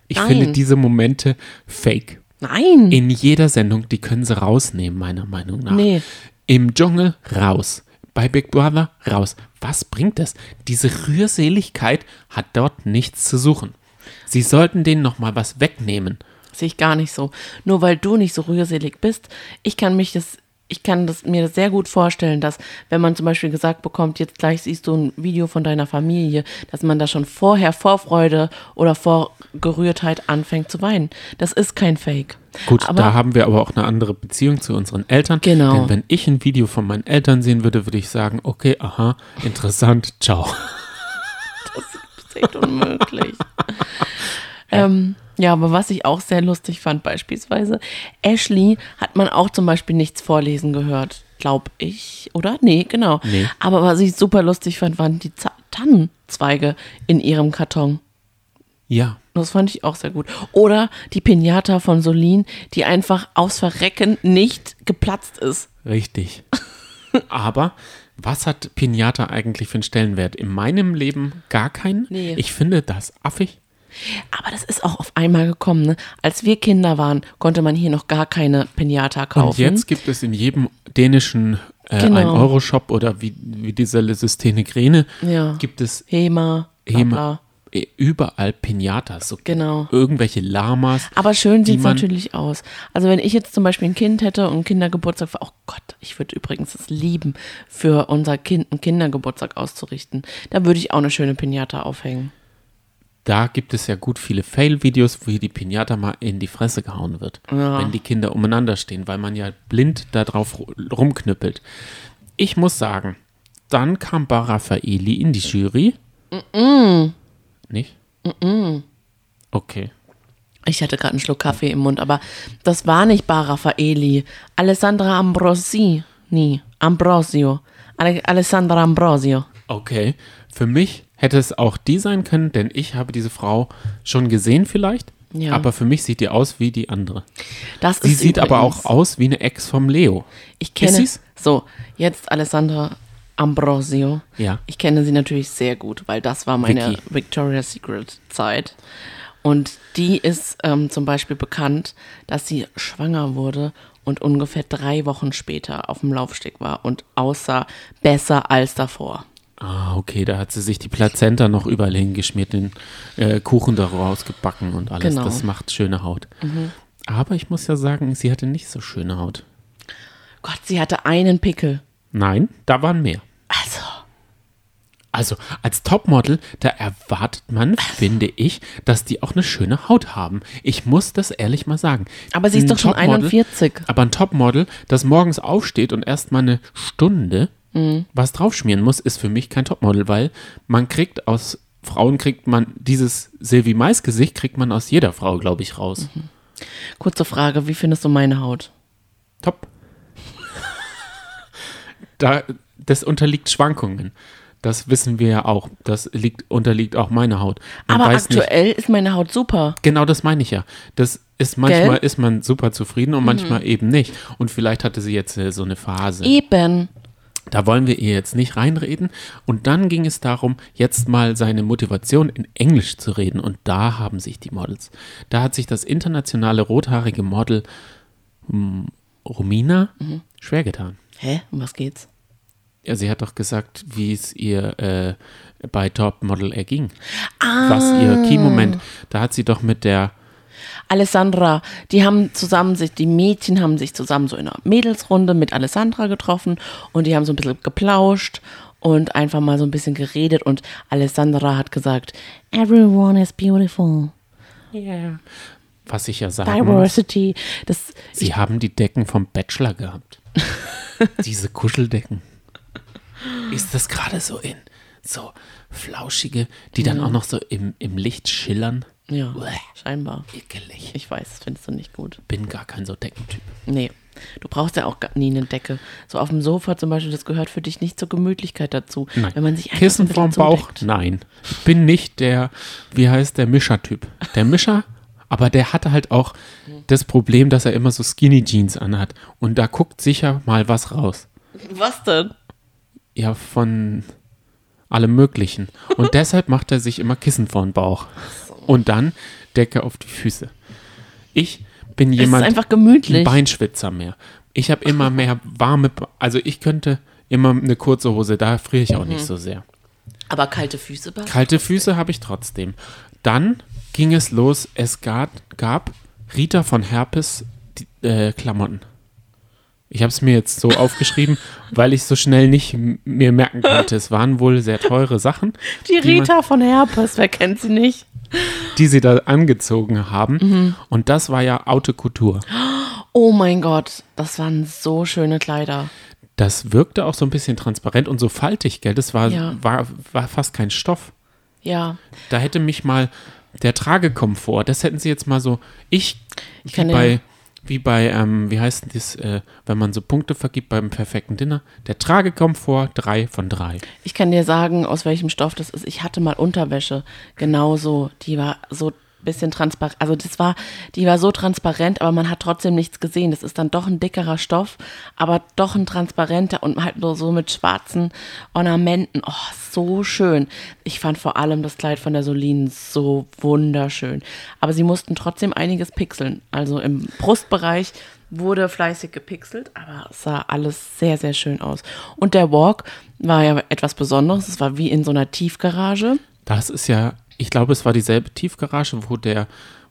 Speaker 2: Ich
Speaker 1: Nein.
Speaker 2: finde diese Momente fake.
Speaker 1: Nein.
Speaker 2: In jeder Sendung, die können sie rausnehmen, meiner Meinung nach.
Speaker 1: Nee.
Speaker 2: Im Dschungel raus. Bei Big Brother raus. Was bringt das? Diese Rührseligkeit hat dort nichts zu suchen. Sie sollten denen nochmal was wegnehmen.
Speaker 1: Sehe ich gar nicht so. Nur weil du nicht so rührselig bist, ich kann mich das, ich kann das, mir das sehr gut vorstellen, dass wenn man zum Beispiel gesagt bekommt, jetzt gleich siehst du ein Video von deiner Familie, dass man da schon vorher Vorfreude oder vor Gerührtheit anfängt zu weinen. Das ist kein Fake.
Speaker 2: Gut,
Speaker 1: aber
Speaker 2: da haben wir aber auch eine andere Beziehung zu unseren Eltern.
Speaker 1: Genau.
Speaker 2: Denn wenn ich ein Video von meinen Eltern sehen würde, würde ich sagen, okay, aha, interessant, ciao.
Speaker 1: das ist echt unmöglich. ähm, ja, aber was ich auch sehr lustig fand, beispielsweise, Ashley hat man auch zum Beispiel nichts vorlesen gehört, glaube ich, oder? Nee, genau.
Speaker 2: Nee.
Speaker 1: Aber was ich super lustig fand, waren die Z- Tannenzweige in ihrem Karton.
Speaker 2: Ja,
Speaker 1: Das fand ich auch sehr gut. Oder die Pinata von Solin, die einfach aufs Verrecken nicht geplatzt ist.
Speaker 2: richtig. aber was hat Pinata eigentlich für einen Stellenwert? In meinem Leben gar keinen.
Speaker 1: Nee.
Speaker 2: Ich finde das affig.
Speaker 1: Aber das ist auch auf einmal gekommen. Ne? Als wir Kinder waren, konnte man hier noch gar keine Pinata kaufen.
Speaker 2: Und jetzt gibt es in jedem dänischen äh,
Speaker 1: Genau.
Speaker 2: 1-Euro-Shop oder wie, wie diese Systene Grene,
Speaker 1: Ja.
Speaker 2: gibt es
Speaker 1: Hema, bla,
Speaker 2: eben
Speaker 1: bla.
Speaker 2: überall Pinatas. So
Speaker 1: Genau.
Speaker 2: Irgendwelche Lamas.
Speaker 1: Aber schön
Speaker 2: die
Speaker 1: sieht es
Speaker 2: man-
Speaker 1: natürlich aus. Also wenn ich jetzt zum Beispiel ein Kind hätte und einen Kindergeburtstag, oh Gott, ich würde übrigens es lieben, für unser Kind einen Kindergeburtstag auszurichten. Da würde ich auch eine schöne Pinata aufhängen.
Speaker 2: Da gibt es ja gut viele Fail-Videos, wo hier die Pinata mal in die Fresse gehauen wird, wenn die Kinder umeinander stehen, weil man ja blind da drauf ru- rumknüppelt. Ich muss sagen, dann kam Baraffaeli in die Jury. Nicht? Okay.
Speaker 1: Ich hatte gerade einen Schluck Kaffee im Mund, aber das war nicht Bar Raffaeli. Alessandra Ambrosi. Nee, Ambrosio. Ale Alessandra Ambrosio.
Speaker 2: Okay. Für mich hätte es auch die sein können, denn ich habe diese Frau schon gesehen vielleicht,
Speaker 1: Ja.
Speaker 2: aber für mich sieht die aus wie die andere.
Speaker 1: Das
Speaker 2: Sie
Speaker 1: ist
Speaker 2: sieht aber
Speaker 1: übrigens-
Speaker 2: auch aus wie eine Ex vom Leo.
Speaker 1: Ich kenne
Speaker 2: sie's?
Speaker 1: so jetzt Alessandra Ambrosio.
Speaker 2: Ja.
Speaker 1: Ich kenne sie natürlich sehr gut, weil das war meine
Speaker 2: Vicky.
Speaker 1: Victoria's Secret Zeit. Und die ist ähm, zum Beispiel bekannt, dass sie schwanger wurde und ungefähr drei Wochen später auf dem Laufsteg war und aussah besser als davor.
Speaker 2: Ah, okay, da hat sie sich die Plazenta noch überall hingeschmiert, den äh, Kuchen daraus gebacken und alles.
Speaker 1: Genau.
Speaker 2: Das macht schöne Haut. Aber ich muss ja sagen, sie hatte nicht so schöne Haut.
Speaker 1: Gott, sie hatte einen Pickel.
Speaker 2: Nein, da waren mehr.
Speaker 1: Also,
Speaker 2: Also als Topmodel, da erwartet man, finde ich, dass die auch eine schöne Haut haben. Ich muss das ehrlich mal sagen.
Speaker 1: Aber sie ist
Speaker 2: Ein
Speaker 1: doch schon
Speaker 2: Topmodel-
Speaker 1: 41.
Speaker 2: Aber ein Topmodel, das morgens aufsteht und erst mal eine Stunde
Speaker 1: Mhm.
Speaker 2: was draufschmieren muss, ist für mich kein Topmodel, weil man kriegt aus Frauen kriegt man dieses Silvi Mais Gesicht kriegt man aus jeder Frau, glaube ich, raus.
Speaker 1: Kurze Frage, wie findest du meine Haut?
Speaker 2: Top. da, das unterliegt Schwankungen. Das wissen wir ja auch. Das liegt, unterliegt auch meine Haut. Man
Speaker 1: Aber
Speaker 2: weiß nicht-
Speaker 1: aktuell ist meine Haut super.
Speaker 2: Genau das meine ich ja. Das ist manchmal
Speaker 1: Gell? Mhm.
Speaker 2: ist man super zufrieden und manchmal eben nicht. Und vielleicht hatte sie jetzt äh, so eine Phase.
Speaker 1: Eben.
Speaker 2: Da wollen wir ihr jetzt nicht reinreden. Und dann ging es darum, jetzt mal seine Motivation in Englisch zu reden. Und da haben sich die Models. Da hat sich das internationale rothaarige Model hm, Romina
Speaker 1: Mhm.
Speaker 2: schwer getan.
Speaker 1: Hä? Um was geht's?
Speaker 2: Ja, sie hat doch gesagt, wie es ihr äh, bei Top Model erging.
Speaker 1: Ah,
Speaker 2: Was ihr Key-Moment. Da hat sie doch mit der
Speaker 1: Alessandra, die haben zusammen sich, die Mädchen haben sich zusammen so in einer Mädelsrunde mit Alessandra getroffen und die haben so ein bisschen geplauscht und einfach mal so ein bisschen geredet und Alessandra hat gesagt, everyone is beautiful,
Speaker 2: was ich ja sagen muss,
Speaker 1: diversity. Das,
Speaker 2: sie haben die Decken vom Bachelor gehabt. Diese Kuscheldecken. Ist das gerade so in? So flauschige, die
Speaker 1: Mhm.
Speaker 2: dann auch noch so im, im Licht schillern.
Speaker 1: ja,
Speaker 2: Uäh,
Speaker 1: scheinbar.
Speaker 2: ekelig.
Speaker 1: Ich weiß, das findest du nicht gut.
Speaker 2: Bin gar kein so Deckentyp.
Speaker 1: Nee. Du brauchst ja auch gar nie eine Decke. So auf dem Sofa zum Beispiel, das gehört für dich nicht zur Gemütlichkeit dazu.
Speaker 2: Nein.
Speaker 1: Wenn man sich einfach
Speaker 2: Kissen
Speaker 1: so
Speaker 2: vorm
Speaker 1: ein bisschen
Speaker 2: Bauch?
Speaker 1: zudeckt.
Speaker 2: Nein. Bin nicht der, wie heißt der Mischer-Typ. Der Mischer, aber der hatte halt auch das Problem, dass er immer so Skinny Jeans anhat. Und da guckt sicher mal was raus.
Speaker 1: Was denn?
Speaker 2: Ja, von allem Möglichen. Und deshalb macht er sich immer Kissen vor den Bauch. Und dann Decke auf die Füße. Ich bin jemand,
Speaker 1: es ist einfach gemütlich.
Speaker 2: ein Beinschwitzer mehr. Ich habe immer mehr warme, Be- also ich könnte immer eine kurze Hose, da friere ich auch
Speaker 1: Mhm.
Speaker 2: nicht so sehr.
Speaker 1: Aber kalte Füße, Bas?
Speaker 2: Kalte Füße habe ich trotzdem. Dann ging es los, es gab, gab Rita von Herpes die, äh, Klamotten. Ich habe es mir jetzt so aufgeschrieben, weil ich so schnell nicht m- mir merken konnte. Es waren wohl sehr teure Sachen,
Speaker 1: Die
Speaker 2: man-
Speaker 1: Rita von Herpes, wer kennt sie nicht?
Speaker 2: die sie da angezogen haben. Und das war ja Haute Couture.
Speaker 1: Oh mein Gott, das waren so schöne Kleider.
Speaker 2: Das wirkte auch so ein bisschen transparent und so faltig, gell? Das war,
Speaker 1: Ja.
Speaker 2: war, war fast kein Stoff.
Speaker 1: Ja,
Speaker 2: Da hätte mich mal der Tragekomfort, das hätten sie jetzt mal so. Ich,
Speaker 1: kann den-
Speaker 2: wie bei, wie bei, ähm, wie heißt denn das, äh, wenn man so Punkte vergibt beim perfekten Dinner, der Tragekomfort drei von drei.
Speaker 1: ich kann dir sagen, aus welchem Stoff das ist. Ich hatte mal Unterwäsche, genauso. Die war so ein bisschen transparent. Also das war, die war so transparent, aber man hat trotzdem nichts gesehen. Das ist dann doch ein dickerer Stoff, aber doch ein transparenter und halt nur so mit schwarzen Ornamenten. Oh, so schön. Ich fand vor allem das Kleid von der Solin so wunderschön. Aber sie mussten trotzdem einiges pixeln. Also im Brustbereich wurde fleißig gepixelt, aber es sah alles sehr, sehr schön aus. Und der Walk war ja etwas Besonderes. Es war wie in so einer Tiefgarage.
Speaker 2: Das ist ja, ich glaube, es war dieselbe Tiefgarage, wo der,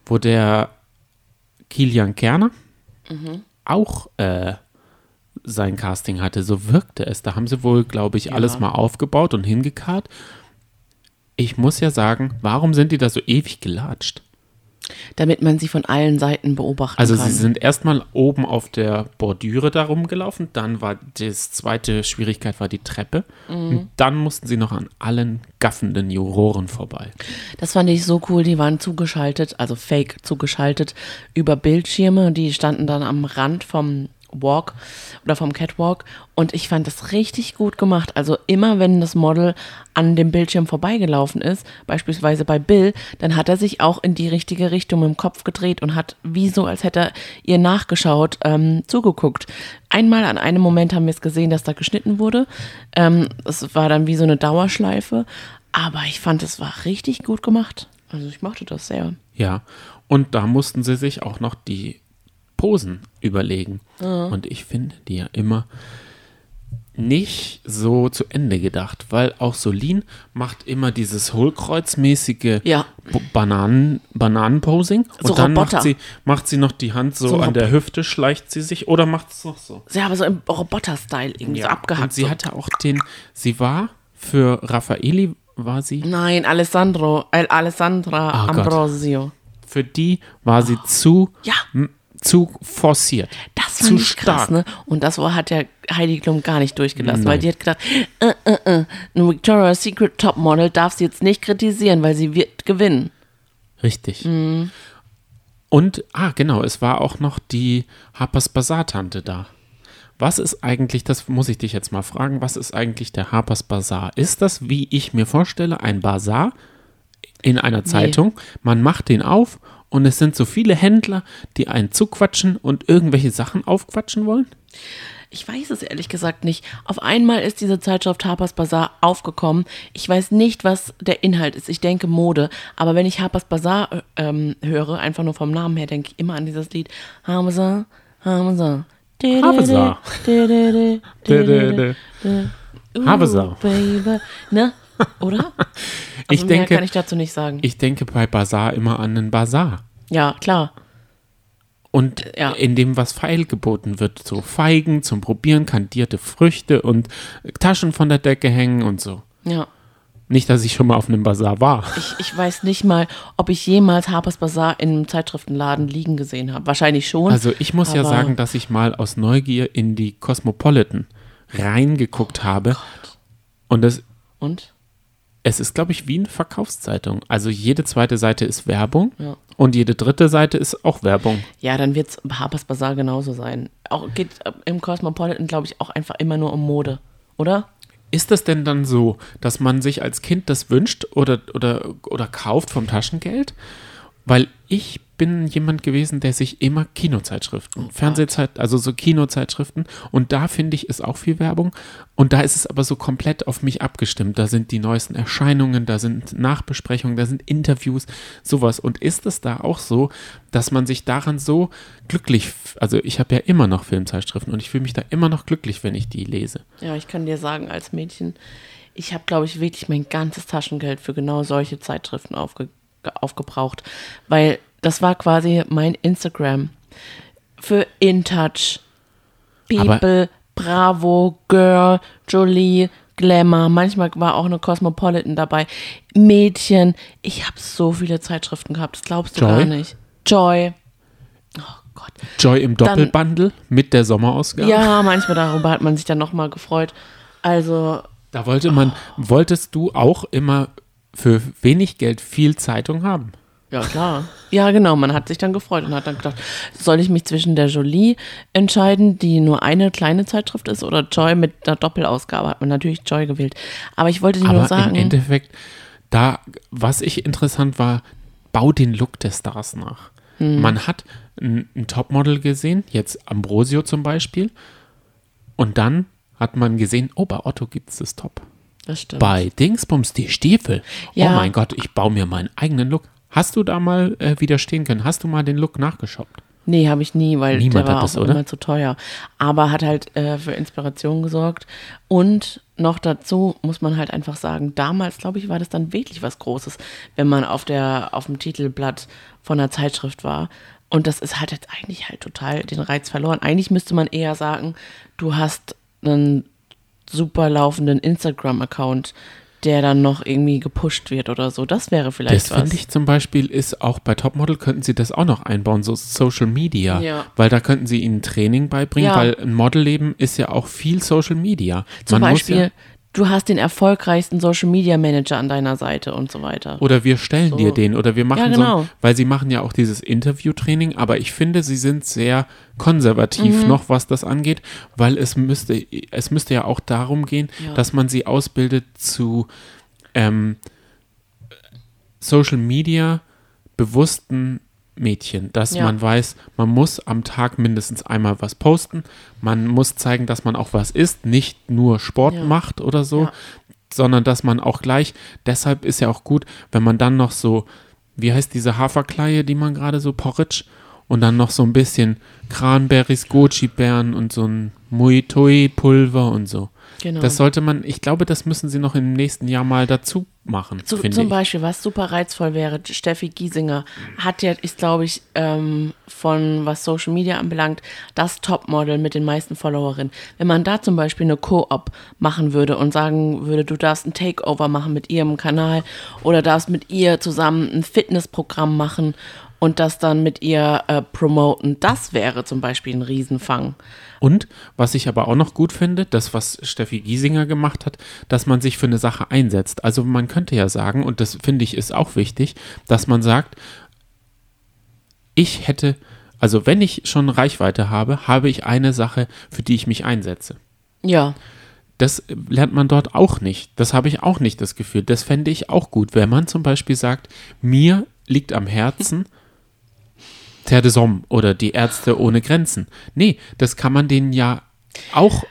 Speaker 2: wo der Kilian Kerner auch äh, sein Casting hatte. So wirkte es. Da haben sie wohl, glaube ich, alles mal aufgebaut und hingekarrt. Ich muss ja sagen, warum sind die da so ewig gelatscht?
Speaker 1: damit man sie von allen Seiten beobachten
Speaker 2: Also
Speaker 1: kann.
Speaker 2: sie sind erstmal oben auf der Bordüre da rumgelaufen, dann war das zweite Schwierigkeit war die Treppe
Speaker 1: Mhm.
Speaker 2: und dann mussten sie noch an allen gaffenden Juroren vorbei.
Speaker 1: das fand ich so cool. Die waren zugeschaltet, also fake zugeschaltet, über Bildschirme. Die standen dann am Rand vom Walk oder vom Catwalk. Und ich fand das richtig gut gemacht. Also immer, wenn das Model an dem Bildschirm vorbeigelaufen ist, beispielsweise bei Bill, dann hat er sich auch in die richtige Richtung im Kopf gedreht und hat wie so, als hätte er ihr nachgeschaut, ähm, zugeguckt. Einmal an einem Moment haben wir es gesehen, dass da geschnitten wurde. Ähm, es war dann wie so eine Dauerschleife. Aber ich fand, es war richtig gut gemacht. Also ich mochte das sehr.
Speaker 2: Ja, und da mussten sie sich auch noch die Posen überlegen. Und ich finde die ja immer nicht so zu Ende gedacht, weil auch Solin macht immer dieses Hohlkreuzmäßige
Speaker 1: Ja.
Speaker 2: B- Bananen, Bananenposing
Speaker 1: So
Speaker 2: und dann
Speaker 1: Roboter.
Speaker 2: macht sie, macht sie noch die Hand so,
Speaker 1: So
Speaker 2: an
Speaker 1: Rob-
Speaker 2: der Hüfte, schleicht sie sich oder macht es noch so.
Speaker 1: Sie aber so im Roboter-Style irgendwie so abgehackt.
Speaker 2: Und sie
Speaker 1: so.
Speaker 2: hatte auch den, sie war für Raffaeli, war sie
Speaker 1: Nein, Alessandro, äh, Alessandra
Speaker 2: Ah, Gott.
Speaker 1: Ambrosio.
Speaker 2: Für die war sie zu,
Speaker 1: Oh. Ja.
Speaker 2: m, zu forciert.
Speaker 1: Das Das fand
Speaker 2: Zu
Speaker 1: ich krass,
Speaker 2: stark.
Speaker 1: ne? Und das war- hat ja Heidi Klum gar nicht durchgelassen, weil die hat gedacht, äh, äh, äh, ein Victoria's Secret Topmodel darf sie jetzt nicht kritisieren, weil sie wird gewinnen.
Speaker 2: Richtig.
Speaker 1: Mhm.
Speaker 2: Und, ah, genau, es war auch noch die Harper's Bazaar-Tante da. Was ist eigentlich, das muss ich dich jetzt mal fragen, was ist eigentlich der Harper's Bazaar? Ist das, wie ich mir vorstelle, ein Bazar in einer Zeitung? Man macht den auf und es sind so viele Händler, die einen zuquatschen und irgendwelche Sachen aufquatschen wollen?
Speaker 1: Ich weiß es ehrlich gesagt nicht. Auf einmal ist diese Zeitschrift Harper's Bazaar aufgekommen. Ich weiß nicht, was der Inhalt ist. Ich denke Mode. Aber wenn ich Harper's Bazaar ähm, höre, einfach nur vom Namen her, denke ich immer an dieses Lied. Harper's Bazaar, Harper's Bazaar.
Speaker 2: Harper's Bazaar. Harper's Bazaar.
Speaker 1: Baby. Ne? Oder?
Speaker 2: Ich
Speaker 1: Also mehr
Speaker 2: denke-
Speaker 1: kann ich dazu nicht sagen.
Speaker 2: Ich denke bei Bazar immer an einen Bazar.
Speaker 1: ja, klar.
Speaker 2: Und
Speaker 1: ja.
Speaker 2: in dem, was feilgeboten wird, so Feigen zum Probieren, kandierte Früchte und Taschen von der Decke hängen und so.
Speaker 1: Ja.
Speaker 2: Nicht, dass ich schon mal auf einem Bazar war.
Speaker 1: Ich, ich weiß nicht mal, ob ich jemals Harper's Bazaar in einem Zeitschriftenladen liegen gesehen habe. Wahrscheinlich schon.
Speaker 2: Also ich muss ja
Speaker 1: aber-
Speaker 2: sagen, dass ich mal aus Neugier in die Cosmopolitan
Speaker 1: Oh
Speaker 2: reingeguckt habe. Und es,
Speaker 1: Und?
Speaker 2: es ist, glaube ich, wie eine Verkaufszeitung. Also jede zweite Seite ist Werbung
Speaker 1: Ja.
Speaker 2: und jede dritte Seite ist auch Werbung.
Speaker 1: Ja, dann wird es Harper's Bazaar genauso sein. Auch geht äh, im Cosmopolitan, glaube ich, auch einfach immer nur um Mode, oder?
Speaker 2: Ist das denn dann so, dass man sich als Kind das wünscht oder, oder, oder kauft vom Taschengeld? Weil ich bin jemand gewesen, der sich immer Kinozeitschriften, Fernsehzeit, also so Kinozeitschriften und da finde ich ist auch viel Werbung und da ist es aber so komplett auf mich abgestimmt. Da sind die neuesten Erscheinungen, da sind Nachbesprechungen, da sind Interviews, sowas. Und ist es da auch so, dass man sich daran so glücklich, f- also ich habe ja immer noch Filmzeitschriften und ich fühle mich da immer noch glücklich, wenn ich die lese.
Speaker 1: Ja, ich kann dir sagen, als Mädchen, ich habe, glaube ich, wirklich mein ganzes Taschengeld für genau solche Zeitschriften aufge aufgebraucht, weil das war quasi mein Instagram für InTouch, People, Bravo, Girl, Jolie, Glamour. Manchmal war auch eine Cosmopolitan dabei. Mädchen. Ich habe so viele Zeitschriften gehabt, das glaubst du
Speaker 2: Joy?
Speaker 1: gar nicht. Joy. Oh Gott.
Speaker 2: Joy im
Speaker 1: Dann-
Speaker 2: Doppelbundle mit der Sommerausgabe.
Speaker 1: Ja, manchmal darüber hat man sich dann nochmal gefreut. Also,
Speaker 2: Da wollte man,
Speaker 1: Oh.
Speaker 2: wolltest du auch immer für wenig Geld viel Zeitung haben?
Speaker 1: Ja, klar. Ja, genau. Man hat sich dann gefreut und hat dann gedacht, soll ich mich zwischen der Jolie entscheiden, die nur eine kleine Zeitschrift ist, oder Joy mit einer Doppelausgabe? Hat man natürlich Joy gewählt. Aber ich wollte dir nur
Speaker 2: Aber im
Speaker 1: sagen,
Speaker 2: Endeffekt, da, was ich interessant war, bau den Look der Stars nach.
Speaker 1: Hm.
Speaker 2: Man hat ein, ein Topmodel gesehen, jetzt Ambrosio zum Beispiel, und dann hat man gesehen, oh, bei Otto gibt es das Top.
Speaker 1: das stimmt.
Speaker 2: Bei Dingsbums die Stiefel.
Speaker 1: Ja.
Speaker 2: Oh mein Gott, ich baue mir meinen eigenen Look. Hast du da mal äh, widerstehen können? Hast du mal den Look nachgeshoppt?
Speaker 1: Nee, habe ich nie, weil
Speaker 2: Niemand
Speaker 1: der
Speaker 2: hat
Speaker 1: war
Speaker 2: das,
Speaker 1: auch
Speaker 2: oder?
Speaker 1: immer zu teuer. Aber hat halt äh, für Inspiration gesorgt. Und noch dazu muss man halt einfach sagen, damals, glaube ich, war das dann wirklich was Großes, wenn man auf, der, auf dem Titelblatt von einer Zeitschrift war. Und das ist halt jetzt eigentlich halt total den Reiz verloren. Eigentlich müsste man eher sagen, du hast einen super laufenden Instagram-Account, der dann noch irgendwie gepusht wird oder so. Das wäre vielleicht
Speaker 2: Das
Speaker 1: was.
Speaker 2: finde ich zum Beispiel ist auch bei Topmodel könnten sie das auch noch einbauen, so Social Media.
Speaker 1: Ja.
Speaker 2: Weil da könnten sie ihnen Training beibringen,
Speaker 1: Ja.
Speaker 2: weil ein Modelleben ist ja auch viel Social Media.
Speaker 1: Zum
Speaker 2: Man muss
Speaker 1: Beispiel,
Speaker 2: Ja,
Speaker 1: du hast den erfolgreichsten Social Media Manager an deiner Seite und so weiter.
Speaker 2: oder wir stellen dir den oder wir machen
Speaker 1: Ja,
Speaker 2: so,
Speaker 1: genau.
Speaker 2: ein- weil sie machen ja auch dieses Interviewtraining, aber ich finde, sie sind sehr konservativ
Speaker 1: Mhm.
Speaker 2: noch, was das angeht, weil es müsste, es müsste ja auch darum gehen,
Speaker 1: Ja.
Speaker 2: dass man sie ausbildet zu ähm, Social Media bewussten Mädchen, dass
Speaker 1: Ja.
Speaker 2: man weiß, man muss am Tag mindestens einmal was posten, man muss zeigen, dass man auch was isst, nicht nur Sport
Speaker 1: Ja.
Speaker 2: macht oder so,
Speaker 1: Ja.
Speaker 2: sondern dass man auch gleich, deshalb ist ja auch gut, wenn man dann noch so, wie heißt diese Haferkleie, die man gerade so, Porridge, und dann noch so ein bisschen Cranberries, Goji-Beeren und so ein Mui-Tui-Pulver und so.
Speaker 1: Genau.
Speaker 2: Das sollte man, ich glaube, das müssen sie noch im nächsten Jahr mal dazu machen,
Speaker 1: Zu,
Speaker 2: finde
Speaker 1: zum
Speaker 2: ich.
Speaker 1: Beispiel, was super reizvoll wäre, Steffi Giesinger hat ja, ist glaube ich, ähm, von was Social Media anbelangt, das Topmodel mit den meisten Followerinnen. Wenn man da zum Beispiel eine Co-op machen würde und sagen würde, du darfst ein Takeover machen mit ihrem Kanal oder darfst mit ihr zusammen ein Fitnessprogramm machen und das dann mit ihr äh, promoten, das wäre zum Beispiel ein Riesenfang.
Speaker 2: Und was ich aber auch noch gut finde, das, was Steffi Giesinger gemacht hat, dass man sich für eine Sache einsetzt. Also man könnte ja sagen, und das finde ich ist auch wichtig, dass man sagt, ich hätte, also wenn ich schon Reichweite habe, habe ich eine Sache, für die ich mich einsetze.
Speaker 1: Ja.
Speaker 2: Das lernt man dort auch nicht. Das habe ich auch nicht das Gefühl. Das fände ich auch gut, wenn man zum Beispiel sagt, mir liegt am Herzen Terre des Hommes oder die Ärzte ohne Grenzen. Nee, das kann man denen ja auch,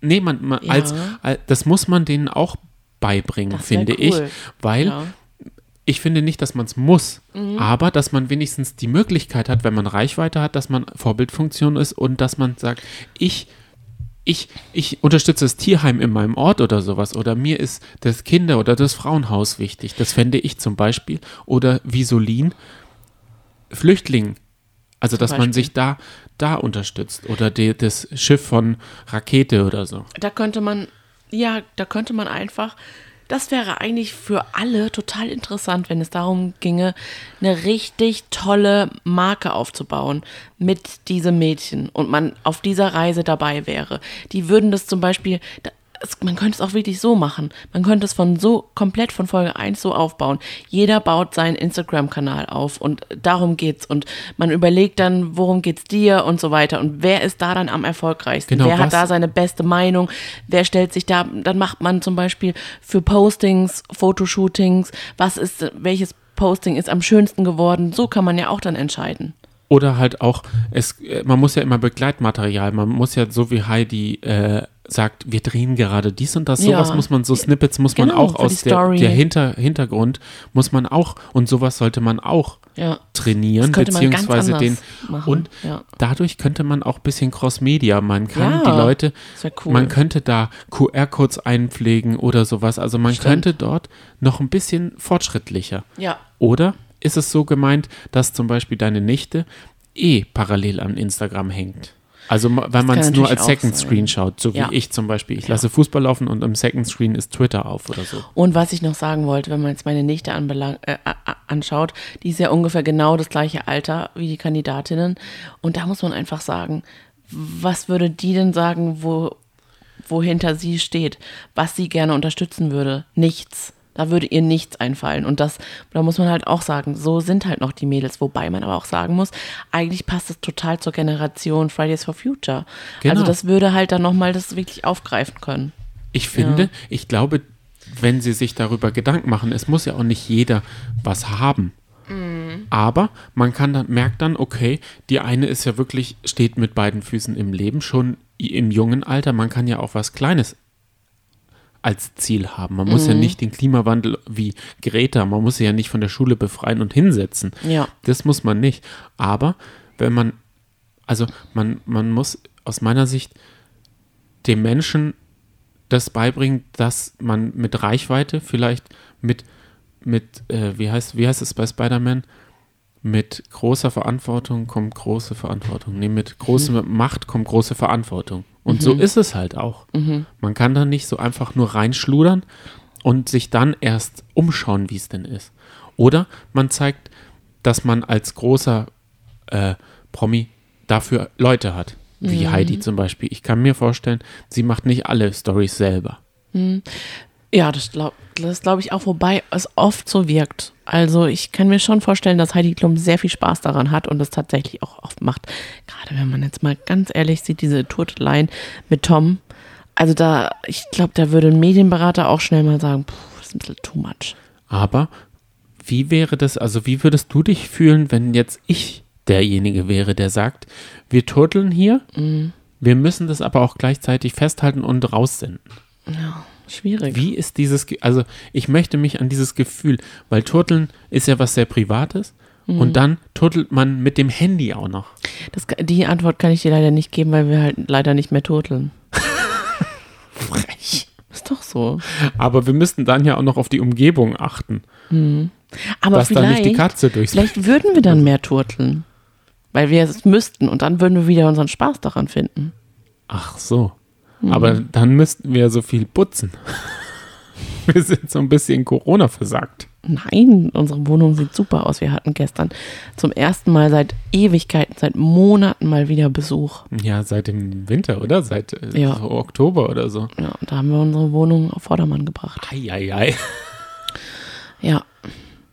Speaker 2: nee, man, man
Speaker 1: Ja.
Speaker 2: als, als, das muss man denen auch beibringen,
Speaker 1: Das wär
Speaker 2: finde
Speaker 1: cool.
Speaker 2: ich, weil
Speaker 1: Ja.
Speaker 2: ich finde nicht, dass man es muss, aber dass man wenigstens die Möglichkeit hat, wenn man Reichweite hat, dass man Vorbildfunktion ist und dass man sagt, ich, ich, ich unterstütze das Tierheim in meinem Ort oder sowas oder mir ist das Kinder- oder das Frauenhaus wichtig. Das fände ich zum Beispiel. Oder Visolin, Flüchtlingen. Also, dass man
Speaker 1: Beispiel.
Speaker 2: sich da, da unterstützt oder die, das Schiff von Rakete oder so.
Speaker 1: Da könnte man, ja, da könnte man einfach, das wäre eigentlich für alle total interessant, wenn es darum ginge, eine richtig tolle Marke aufzubauen mit diesem Mädchen und man auf dieser Reise dabei wäre. Die würden das zum Beispiel, da- es, man könnte es auch wirklich so machen. Man könnte es von so komplett von Folge 1 so aufbauen. Jeder baut seinen Instagram-Kanal auf und darum geht's. Und man überlegt dann, worum geht's dir und so weiter. Und wer ist da dann am erfolgreichsten?
Speaker 2: Genau,
Speaker 1: wer
Speaker 2: was-
Speaker 1: hat da seine beste Meinung? Wer stellt sich da? Dann macht man zum Beispiel für Postings, Fotoshootings, was ist, welches Posting ist am schönsten geworden? So kann man ja auch dann entscheiden.
Speaker 2: Oder halt auch, es, äh, man muss ja immer Begleitmaterial, man muss ja so wie Heidi äh, sagt, wir drehen gerade dies und das,
Speaker 1: Ja.
Speaker 2: sowas muss man, so Snippets muss man
Speaker 1: Genau,
Speaker 2: auch
Speaker 1: für die
Speaker 2: aus der,
Speaker 1: Story.
Speaker 2: der Hinter, Hintergrund, muss man auch, und sowas sollte man auch
Speaker 1: Ja. Das
Speaker 2: trainieren,
Speaker 1: könnte man ganz
Speaker 2: beziehungsweise den,
Speaker 1: anders machen,
Speaker 2: und
Speaker 1: ja.
Speaker 2: dadurch könnte man auch ein bisschen Cross-Media, man kann
Speaker 1: Ja,
Speaker 2: die Leute,
Speaker 1: das wär cool.
Speaker 2: man könnte da QR-Codes einpflegen oder sowas, also man
Speaker 1: Stimmt.
Speaker 2: könnte dort noch ein bisschen fortschrittlicher
Speaker 1: Ja.
Speaker 2: oder ist es so gemeint, dass zum Beispiel deine Nichte eh parallel an Instagram hängt? Also, ma- weil man es
Speaker 1: kann
Speaker 2: nur
Speaker 1: natürlich
Speaker 2: als Second
Speaker 1: auch sein.
Speaker 2: Screen schaut, so
Speaker 1: Ja.
Speaker 2: wie ich zum Beispiel. Ich lasse Fußball laufen und im Second Screen ist Twitter auf oder so.
Speaker 1: Und was ich noch sagen wollte, wenn man jetzt meine Nichte anbelang, äh, a- a- anschaut, die ist ja ungefähr genau das gleiche Alter wie die Kandidatinnen. Und da muss man einfach sagen, was würde die denn sagen, wo, wohinter sie steht, was sie gerne unterstützen würde? Nichts. Da würde ihr nichts einfallen. Und das, da muss man halt auch sagen, so sind halt noch die Mädels. Wobei man aber auch sagen muss, eigentlich passt es total zur Generation Fridays for Future.
Speaker 2: Genau.
Speaker 1: Also das würde halt dann nochmal das wirklich aufgreifen können.
Speaker 2: Ich finde, ich glaube, wenn sie sich darüber Gedanken machen, es muss ja auch nicht jeder was haben. Aber man kann dann, merkt dann, okay, die eine ist ja wirklich, steht mit beiden Füßen im Leben, schon i- im jungen Alter. Man kann ja auch was Kleines als Ziel haben. Man muss ja nicht den Klimawandel wie Greta, man muss sie ja nicht von der Schule befreien und hinsetzen.
Speaker 1: Ja.
Speaker 2: Das muss man nicht. Aber wenn man, also man, man muss aus meiner Sicht dem Menschen das beibringen, dass man mit Reichweite vielleicht mit, mit äh, wie, heißt, wie heißt es bei Spider-Man? Mit großer Verantwortung kommt große Verantwortung. Nee, mit großer Macht kommt große Verantwortung. Und so ist es halt auch. Man kann da nicht so einfach nur reinschludern und sich dann erst umschauen, wie es denn ist. Oder man zeigt, dass man als großer äh, Promi dafür Leute hat. Wie Heidi zum Beispiel. Ich kann mir vorstellen, sie macht nicht alle Stories selber.
Speaker 1: Ja, das glaube das glaub ich auch, wobei es oft so wirkt. Also ich kann mir schon vorstellen, dass Heidi Klum sehr viel Spaß daran hat und das tatsächlich auch oft macht. Gerade wenn man jetzt mal ganz ehrlich sieht, diese Turteleien mit Tom. Also da, ich glaube, da würde ein Medienberater auch schnell mal sagen, puh, das ist ein bisschen too much.
Speaker 2: Aber wie wäre das, also wie würdest du dich fühlen, wenn jetzt ich derjenige wäre, der sagt, wir turteln hier,
Speaker 1: Mhm.
Speaker 2: wir müssen das aber auch gleichzeitig festhalten und raussenden.
Speaker 1: Schwierig.
Speaker 2: Wie ist dieses, Ge- also ich möchte mich an dieses Gefühl, weil turteln ist ja was sehr Privates
Speaker 1: Mhm.
Speaker 2: und dann turtelt man mit dem Handy auch noch.
Speaker 1: Das, die Antwort kann ich dir leider nicht geben, weil wir halt leider nicht mehr turteln.
Speaker 2: Frech.
Speaker 1: Ist doch so.
Speaker 2: Aber wir müssten dann ja auch noch auf die Umgebung achten,
Speaker 1: Aber
Speaker 2: dass da
Speaker 1: vielleicht.
Speaker 2: nicht die Katze durchs
Speaker 1: Vielleicht würden wir dann mehr turteln. Weil wir es müssten und dann würden wir wieder unseren Spaß daran finden.
Speaker 2: Ach so. Aber
Speaker 1: Mhm.
Speaker 2: dann müssten wir so viel putzen. wir sind so ein bisschen Corona versagt.
Speaker 1: Nein, unsere Wohnung sieht super aus. Wir hatten gestern zum ersten Mal seit Ewigkeiten, seit Monaten mal wieder Besuch.
Speaker 2: Ja, seit dem Winter, oder? Seit äh,
Speaker 1: Ja.
Speaker 2: so Oktober oder so.
Speaker 1: Ja, und da haben wir unsere Wohnung auf Vordermann gebracht.
Speaker 2: Eieiei.
Speaker 1: Ja.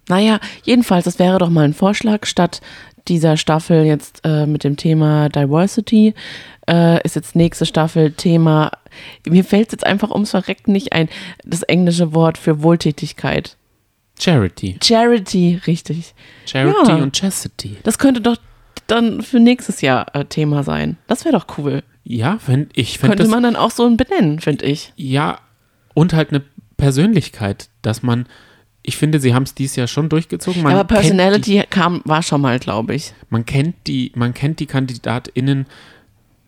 Speaker 1: Naja, jedenfalls, das wäre doch mal ein Vorschlag. Statt dieser Staffel jetzt äh, mit dem Thema Diversity äh, ist jetzt nächste Staffel Thema. Mir fällt es jetzt einfach ums Verrecken nicht ein, das englische Wort für Wohltätigkeit.
Speaker 2: Charity.
Speaker 1: Charity, richtig.
Speaker 2: Charity
Speaker 1: Ja.
Speaker 2: und Chastity.
Speaker 1: Das könnte doch dann für nächstes Jahr äh, Thema sein. Das wäre doch cool.
Speaker 2: Ja, wenn, ich finde
Speaker 1: Könnte
Speaker 2: das.
Speaker 1: man dann auch so benennen, finde ich.
Speaker 2: Ja, und halt eine Persönlichkeit, dass man. Ich finde, sie haben es dieses Jahr schon durchgezogen. Man
Speaker 1: Aber
Speaker 2: Kennt
Speaker 1: Personality kam, war schon mal, glaube ich.
Speaker 2: die, man, kennt die, man kennt die KandidatInnen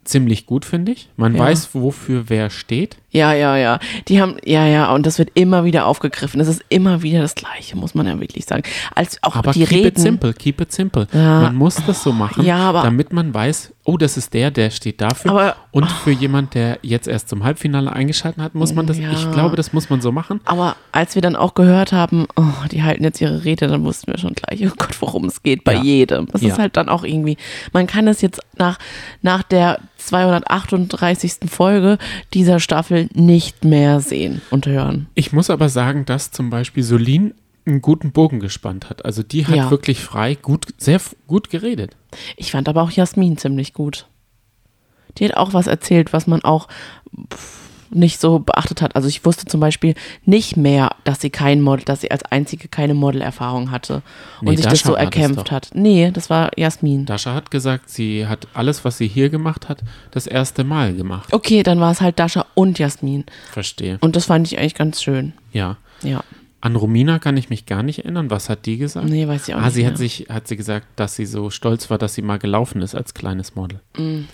Speaker 2: ziemlich gut, finde ich. Man
Speaker 1: Ja.
Speaker 2: weiß, wofür wer steht.
Speaker 1: Ja, ja, ja. Die haben, ja, ja, und das wird immer wieder aufgegriffen. Es ist immer wieder das Gleiche, muss man ja wirklich sagen. Als auch
Speaker 2: Aber
Speaker 1: die
Speaker 2: keep it
Speaker 1: Reden.
Speaker 2: simple, keep it simple.
Speaker 1: Ja.
Speaker 2: Man muss das so machen,
Speaker 1: Ja, aber-
Speaker 2: damit man weiß, oh, das ist der, der steht dafür.
Speaker 1: Aber-
Speaker 2: und für jemand, der jetzt erst zum Halbfinale eingeschaltet hat, muss man das,
Speaker 1: Ja.
Speaker 2: ich glaube, das muss man so machen.
Speaker 1: Aber als wir dann auch gehört haben, oh, die halten jetzt ihre Rede, dann wussten wir schon gleich, oh Gott, worum es geht bei
Speaker 2: Ja.
Speaker 1: jedem. Das
Speaker 2: Ja.
Speaker 1: ist halt dann auch irgendwie, man kann es jetzt nach, nach der 238. Folge dieser Staffel nicht mehr sehen und hören.
Speaker 2: Ich muss aber sagen, dass zum Beispiel Solin einen guten Bogen gespannt hat. Also die hat
Speaker 1: Ja.
Speaker 2: wirklich frei, gut, sehr f- gut geredet.
Speaker 1: Ich fand aber auch Jasmin ziemlich gut. Die hat auch was erzählt, was man auch pff, nicht so beachtet hat. Also ich wusste zum Beispiel nicht mehr, dass sie kein Model, dass sie als einzige keine Modelerfahrung hatte und
Speaker 2: Nee,
Speaker 1: sich
Speaker 2: da
Speaker 1: das so
Speaker 2: schaut man das
Speaker 1: erkämpft
Speaker 2: doch.
Speaker 1: hat. Nee, das war Jasmin.
Speaker 2: Dascha hat gesagt, sie hat alles, was sie hier gemacht hat, das erste Mal gemacht.
Speaker 1: Okay, dann war es halt Dasha und Jasmin.
Speaker 2: Verstehe.
Speaker 1: Und das fand ich eigentlich ganz schön.
Speaker 2: Ja.
Speaker 1: Ja.
Speaker 2: An Romina kann ich mich gar nicht erinnern. Was hat die gesagt?
Speaker 1: Nee, weiß ich auch
Speaker 2: ah,
Speaker 1: nicht.
Speaker 2: sie
Speaker 1: mehr.
Speaker 2: hat sich hat sie gesagt, dass sie so stolz war, dass sie mal gelaufen ist als kleines Model.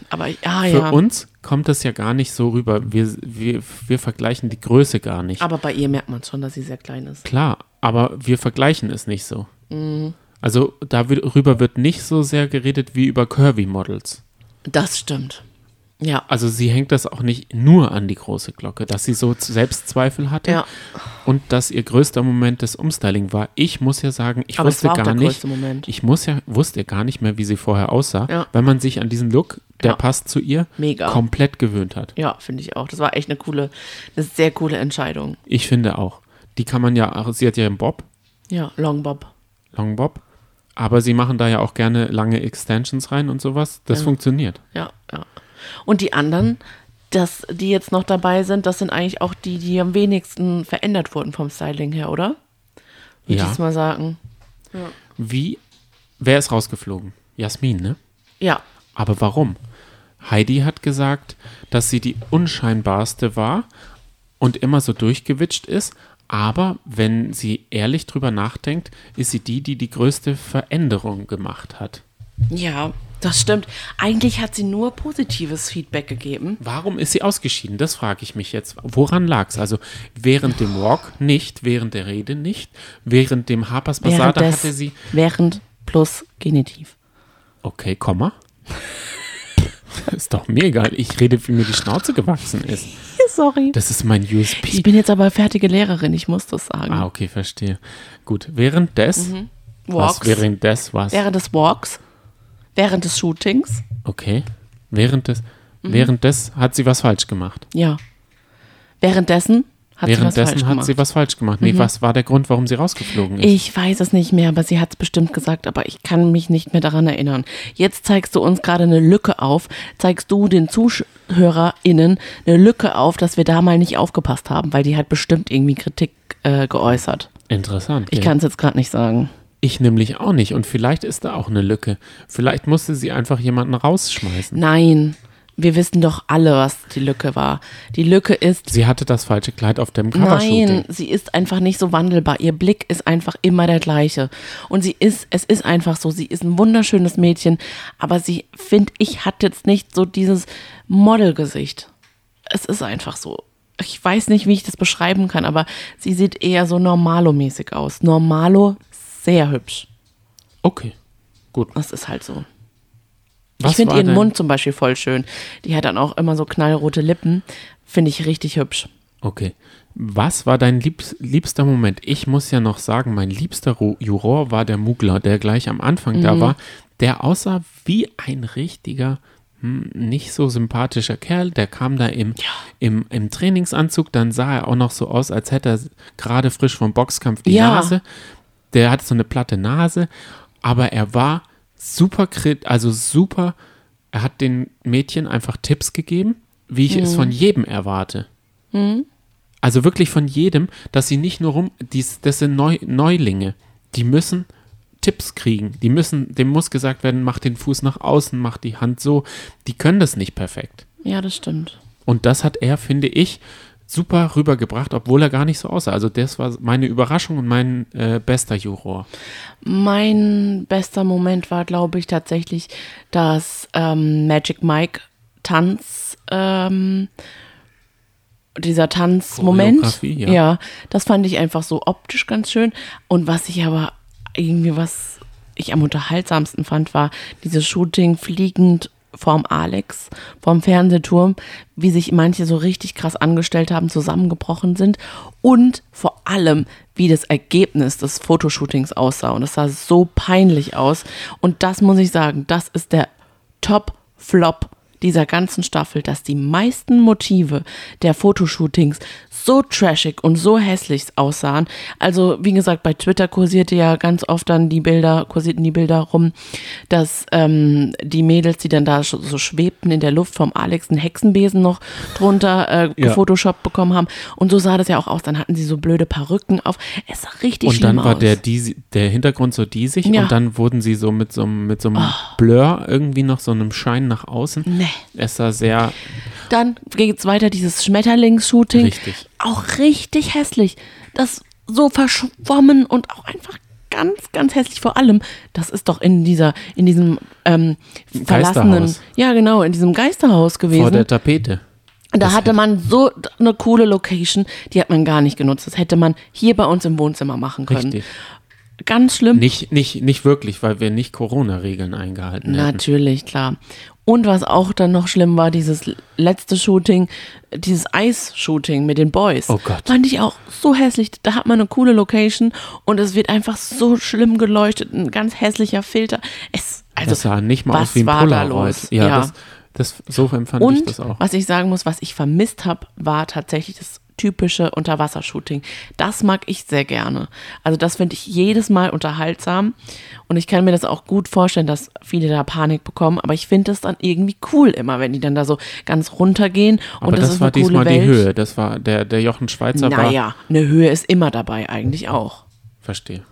Speaker 1: Aber ah,
Speaker 2: Für
Speaker 1: ja.
Speaker 2: uns kommt das ja gar nicht so rüber. Wir, wir, wir vergleichen die Größe gar nicht.
Speaker 1: Aber bei ihr merkt man schon, dass sie sehr klein ist.
Speaker 2: Klar, aber wir vergleichen es nicht so.
Speaker 1: Mhm.
Speaker 2: Also darüber wird nicht so sehr geredet wie über Curvy Models.
Speaker 1: Das stimmt. Ja.
Speaker 2: Also sie hängt das auch nicht nur an die große Glocke, dass sie so Selbstzweifel hatte
Speaker 1: Ja.
Speaker 2: und dass ihr größter Moment das Umstyling war. Ich muss ja sagen, ich
Speaker 1: Aber es
Speaker 2: wusste
Speaker 1: war auch
Speaker 2: gar
Speaker 1: der
Speaker 2: nicht,
Speaker 1: größte Moment.
Speaker 2: ich muss ja wusste gar nicht mehr, wie sie vorher aussah,
Speaker 1: Ja.
Speaker 2: weil man sich an diesen Look, der
Speaker 1: Ja.
Speaker 2: passt zu ihr,
Speaker 1: Mega.
Speaker 2: komplett gewöhnt hat.
Speaker 1: Ja, finde ich auch. Das war echt eine coole, eine sehr coole Entscheidung.
Speaker 2: Ich finde auch, die kann man ja, also sie hat ja einen Bob,
Speaker 1: Ja, Long Bob.
Speaker 2: Long Bob. Aber sie machen da ja auch gerne lange Extensions rein und sowas. Das funktioniert.
Speaker 1: Ja, ja. Und die anderen, das, die jetzt noch dabei sind, das sind eigentlich auch die, die am wenigsten verändert wurden vom Styling her, oder? Würde ich
Speaker 2: ja.
Speaker 1: jetzt mal sagen.
Speaker 2: Wie, wer ist rausgeflogen? Jasmin, ne?
Speaker 1: Ja,
Speaker 2: Aber warum? Heidi hat gesagt, dass sie die unscheinbarste war und immer so durchgewitscht ist. Aber wenn sie ehrlich drüber nachdenkt, ist sie die, die die größte Veränderung gemacht hat.
Speaker 1: ja, das stimmt. Eigentlich hat sie nur positives Feedback gegeben.
Speaker 2: Warum ist sie ausgeschieden? Das frage ich mich jetzt. Woran lag's? Also während dem Walk nicht, während der Rede nicht, während dem Harper's Bazaar,
Speaker 1: Während,
Speaker 2: da
Speaker 1: des,
Speaker 2: hatte sie.
Speaker 1: während plus Genitiv.
Speaker 2: Okay, Komma. ist doch mir egal. Ich rede, wie mir die Schnauze gewachsen ist.
Speaker 1: Sorry.
Speaker 2: Das ist mein USP.
Speaker 1: Ich bin jetzt aber fertige Lehrerin, ich muss das sagen.
Speaker 2: ah, okay, verstehe. Gut, während des, was
Speaker 1: Mhm. Walks.
Speaker 2: während des was?
Speaker 1: Während des Walks, während des Shootings.
Speaker 2: Okay, während des,
Speaker 1: Mhm.
Speaker 2: während des hat sie was falsch gemacht.
Speaker 1: Ja. Währenddessen hat sie was falsch
Speaker 2: Währenddessen hat
Speaker 1: gemacht. Mhm.
Speaker 2: sie was falsch gemacht. Nee, was war der Grund, warum sie rausgeflogen ist?
Speaker 1: ich weiß es nicht mehr, aber sie hat es bestimmt gesagt, aber ich kann mich nicht mehr daran erinnern. Jetzt zeigst du uns gerade eine Lücke auf, zeigst du den ZuschauerInnen eine Lücke auf, dass wir da mal nicht aufgepasst haben, weil die hat bestimmt irgendwie Kritik äh, geäußert.
Speaker 2: Interessant.
Speaker 1: Ich
Speaker 2: ja.
Speaker 1: kann es jetzt gerade nicht sagen.
Speaker 2: Ich nämlich auch nicht. Und vielleicht ist da auch eine Lücke. Vielleicht musste sie einfach jemanden rausschmeißen.
Speaker 1: Nein, wir wissen doch alle, was die Lücke war. Die Lücke ist
Speaker 2: Sie hatte das falsche Kleid auf dem
Speaker 1: Nein,
Speaker 2: Covershooting.
Speaker 1: sie ist einfach nicht so wandelbar. Ihr Blick ist einfach immer der gleiche. Und sie ist, es ist einfach so, sie ist ein wunderschönes Mädchen, aber sie, finde ich, hat jetzt nicht so dieses Modelgesicht. Es ist einfach so. Ich weiß nicht, wie ich das beschreiben kann, aber sie sieht eher so normalo-mäßig aus. Normalo, sehr hübsch.
Speaker 2: Okay, gut.
Speaker 1: Das ist halt so.
Speaker 2: Was
Speaker 1: ich finde
Speaker 2: war
Speaker 1: ihren
Speaker 2: denn-
Speaker 1: Mund zum Beispiel voll schön. Die hat dann auch immer so knallrote Lippen. Finde ich richtig hübsch.
Speaker 2: Okay. Was war dein liebs- liebster Moment? Ich muss ja noch sagen, mein liebster Ru Juror war der Mugler, der gleich am Anfang da war. Der aussah wie ein richtiger, hm, nicht so sympathischer Kerl. Der kam da im, im, im Trainingsanzug. Dann sah er auch noch so aus, als hätte er gerade frisch vom Boxkampf die
Speaker 1: Ja.
Speaker 2: Nase. Der hatte so eine platte Nase. Aber er war super, krit also super. Er hat den Mädchen einfach Tipps gegeben, wie ich es von jedem erwarte. Also wirklich von jedem, dass sie nicht nur rum, dies, das sind Neu, Neulinge, die müssen Tipps kriegen, die müssen, dem muss gesagt werden, mach den Fuß nach außen, mach die Hand so, die können das nicht perfekt.
Speaker 1: Ja, das stimmt.
Speaker 2: Und das hat er, finde ich, super rübergebracht, obwohl er gar nicht so aussah. Also das war meine Überraschung und mein äh, bester Juror.
Speaker 1: Mein bester Moment war, glaube ich, tatsächlich das ähm, Magic Mike Tanz, ähm, dieser Tanzmoment.
Speaker 2: Choreografie, ja.
Speaker 1: ja, das fand ich einfach so optisch ganz schön. Und was ich aber irgendwie, was ich am unterhaltsamsten fand, war dieses Shooting fliegend vorm Alex, vorm Fernsehturm, wie sich manche so richtig krass angestellt haben, zusammengebrochen sind und vor allem, wie das Ergebnis des Fotoshootings aussah. Und das sah so peinlich aus. Und das muss ich sagen, das ist der Top-Flop dieser ganzen Staffel, dass die meisten Motive der Fotoshootings so trashig und so hässlich aussahen. Also, wie gesagt, bei Twitter kursierte ja ganz oft dann die Bilder, kursierten die Bilder rum, dass ähm, die Mädels, die dann da sch- so schwebten in der Luft vom Alex einen Hexenbesen noch drunter äh,
Speaker 2: Ja.
Speaker 1: Photoshop bekommen haben. Und so sah das ja auch aus. Dann hatten sie so blöde Perücken auf. Es sah richtig
Speaker 2: und dann
Speaker 1: schlimm
Speaker 2: war
Speaker 1: aus.
Speaker 2: der, diesi- der Hintergrund so diesig
Speaker 1: Ja. Oh.
Speaker 2: und dann wurden sie so mit so, einem- mit so einem Blur irgendwie noch so einem Schein nach außen.
Speaker 1: Nee.
Speaker 2: Es sah sehr
Speaker 1: Dann geht's weiter, dieses Schmetterlings-Shooting.
Speaker 2: Richtig.
Speaker 1: Auch richtig hässlich. Das so verschwommen und auch einfach ganz, ganz hässlich. Vor allem, das ist doch in dieser, in diesem ähm, verlassenen,
Speaker 2: Geisterhaus.
Speaker 1: ja genau, in diesem Geisterhaus gewesen.
Speaker 2: vor der Tapete.
Speaker 1: Da hatte man so eine coole Location, die hat man gar nicht genutzt. Das hätte man hier bei uns im Wohnzimmer machen können.
Speaker 2: Richtig.
Speaker 1: Ganz schlimm.
Speaker 2: Nicht, nicht, nicht wirklich, weil wir nicht Corona-Regeln eingehalten hätten.
Speaker 1: Natürlich, klar. Und was auch dann noch schlimm war, dieses letzte Shooting, dieses Eis-Shooting mit den Boys.
Speaker 2: Oh Gott.
Speaker 1: Fand ich auch so hässlich. Da hat man eine coole Location und es wird einfach so schlimm geleuchtet. Ein ganz hässlicher Filter. Es, also,
Speaker 2: das sah nicht mal
Speaker 1: was
Speaker 2: aus wie ein
Speaker 1: war da
Speaker 2: Polaroid.
Speaker 1: los?
Speaker 2: Ja,
Speaker 1: Ja.
Speaker 2: Das, das, so empfand ich
Speaker 1: und
Speaker 2: das auch.
Speaker 1: was ich sagen muss, was ich vermisst habe, war tatsächlich das typische Unterwassershooting. Das mag ich sehr gerne. Also das finde ich jedes Mal unterhaltsam und ich kann mir das auch gut vorstellen, dass viele da Panik bekommen, aber ich finde das dann irgendwie cool immer, wenn die dann da so ganz runtergehen und
Speaker 2: Aber
Speaker 1: das,
Speaker 2: das,
Speaker 1: ist
Speaker 2: war
Speaker 1: eine
Speaker 2: diesmal
Speaker 1: coole Welt.
Speaker 2: die Höhe. Das war der, der Jochen Schweizer war.
Speaker 1: Naja, eine Höhe ist immer dabei eigentlich auch.
Speaker 2: Verstehe.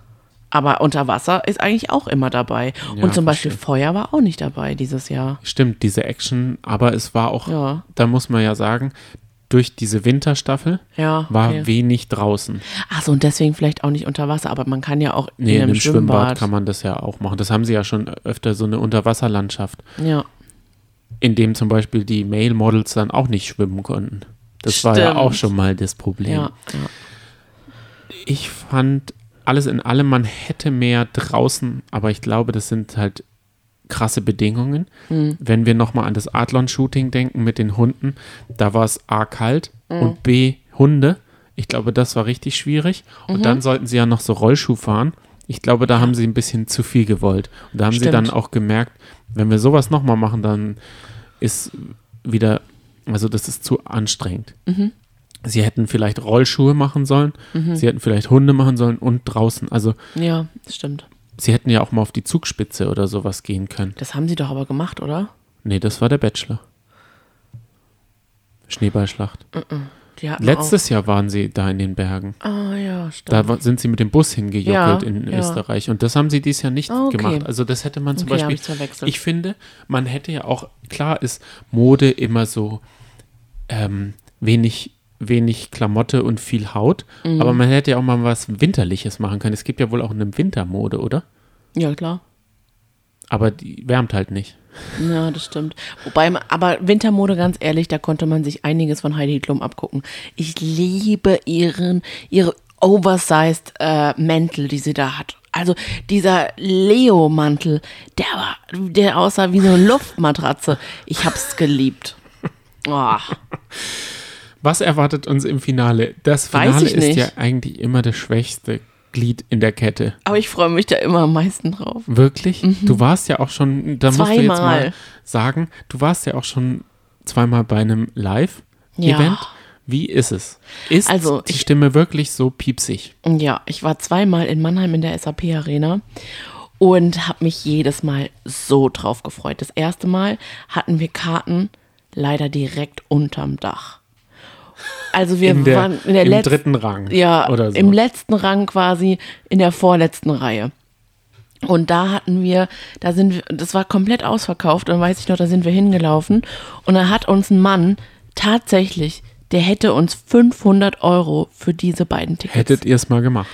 Speaker 1: Aber unter Wasser ist eigentlich auch immer dabei.
Speaker 2: Ja,
Speaker 1: und zum Beispiel
Speaker 2: verstehe.
Speaker 1: Feuer war auch nicht dabei dieses Jahr.
Speaker 2: Stimmt, diese Action, aber es war auch,
Speaker 1: Ja.
Speaker 2: da muss man ja sagen, durch diese Winterstaffel
Speaker 1: Ja,
Speaker 2: war
Speaker 1: okay.
Speaker 2: wenig draußen.
Speaker 1: Achso, und deswegen vielleicht auch nicht unter Wasser, aber man kann ja auch
Speaker 2: Nee,
Speaker 1: in einem
Speaker 2: Schwimmbad.
Speaker 1: Schwimmbad.
Speaker 2: kann man das ja auch machen. Das haben sie ja schon öfter, so eine Unterwasserlandschaft,
Speaker 1: ja.
Speaker 2: in dem zum Beispiel die Male-Models dann auch nicht schwimmen konnten. Das war ja
Speaker 1: Stimmt.
Speaker 2: auch schon mal das Problem.
Speaker 1: Ja, ja.
Speaker 2: Ich fand alles in allem, man hätte mehr draußen, aber ich glaube, das sind halt krasse Bedingungen. Wenn wir nochmal an das Adlon-Shooting denken mit den Hunden, da war es A kalt und B Hunde. Ich glaube, das war richtig schwierig. Und dann sollten sie ja noch so Rollschuh fahren. Ich glaube, da haben sie ein bisschen zu viel gewollt. Und da haben sie
Speaker 1: Stimmt.
Speaker 2: dann auch gemerkt, wenn wir sowas nochmal machen, dann ist wieder, also das ist zu anstrengend. Sie hätten vielleicht Rollschuhe machen sollen, sie hätten vielleicht Hunde machen sollen und draußen. Also
Speaker 1: Ja, das stimmt.
Speaker 2: sie hätten ja auch mal auf die Zugspitze oder sowas gehen können.
Speaker 1: Das haben sie doch aber gemacht, oder?
Speaker 2: Nee, das war der Bachelor. Schneeballschlacht.
Speaker 1: Die hatten
Speaker 2: Letztes Jahr waren sie da in den Bergen.
Speaker 1: Auch. Ah ja, stimmt.
Speaker 2: Da wa- sind sie mit dem Bus
Speaker 1: Ja,
Speaker 2: hingejockelt in
Speaker 1: ja.
Speaker 2: Österreich. Und das haben sie dieses Jahr nicht
Speaker 1: Ah, okay.
Speaker 2: gemacht. Also das hätte man zum
Speaker 1: Okay, hab ich
Speaker 2: Beispiel. Ich,
Speaker 1: verwechselt.
Speaker 2: finde, man hätte ja auch, klar ist Mode immer so ähm, wenig, wenig Klamotte und viel Haut.
Speaker 1: Mhm.
Speaker 2: Aber man hätte ja auch mal was Winterliches machen können. Es gibt ja wohl auch eine Wintermode, oder?
Speaker 1: ja, klar.
Speaker 2: Aber die wärmt halt nicht.
Speaker 1: Ja, das stimmt. Wobei, man- aber Wintermode, ganz ehrlich, da konnte man sich einiges von Heidi Klum abgucken. Ich liebe ihren, ihre oversized äh, Mäntel, die sie da hat. Also dieser Leo-Mantel, der war, der Oh. aussah wie so eine Luftmatratze. Ich hab's geliebt. Ah,
Speaker 2: Was erwartet uns im Finale? Das
Speaker 1: Weiß
Speaker 2: Finale
Speaker 1: ich
Speaker 2: ist
Speaker 1: nicht.
Speaker 2: ja eigentlich immer das schwächste Glied in der Kette.
Speaker 1: Aber ich freue mich da immer am meisten drauf.
Speaker 2: Wirklich? Du warst ja auch schon, da musst du jetzt
Speaker 1: Mhm. Zweimal.
Speaker 2: mal sagen, du warst ja auch schon zweimal bei einem
Speaker 1: Ja.
Speaker 2: Live-Event. Wie ist es? Ist
Speaker 1: Also,
Speaker 2: die
Speaker 1: ich-
Speaker 2: Stimme wirklich so piepsig?
Speaker 1: Ja, ich war zweimal in Mannheim in der SAP Arena und habe mich jedes Mal so drauf gefreut. Das erste Mal hatten wir Karten leider direkt unterm Dach. Also wir
Speaker 2: In der,
Speaker 1: waren in der
Speaker 2: Im
Speaker 1: letzten
Speaker 2: dritten Rang.
Speaker 1: ja,
Speaker 2: Oder so.
Speaker 1: im letzten Rang quasi, in der vorletzten Reihe. Und da hatten wir, da sind wir, das war komplett ausverkauft und weiß ich noch, da sind wir hingelaufen und da hat uns ein Mann tatsächlich, der hätte uns 500 Euro für diese beiden Tickets.
Speaker 2: Hättet ihr es mal gemacht.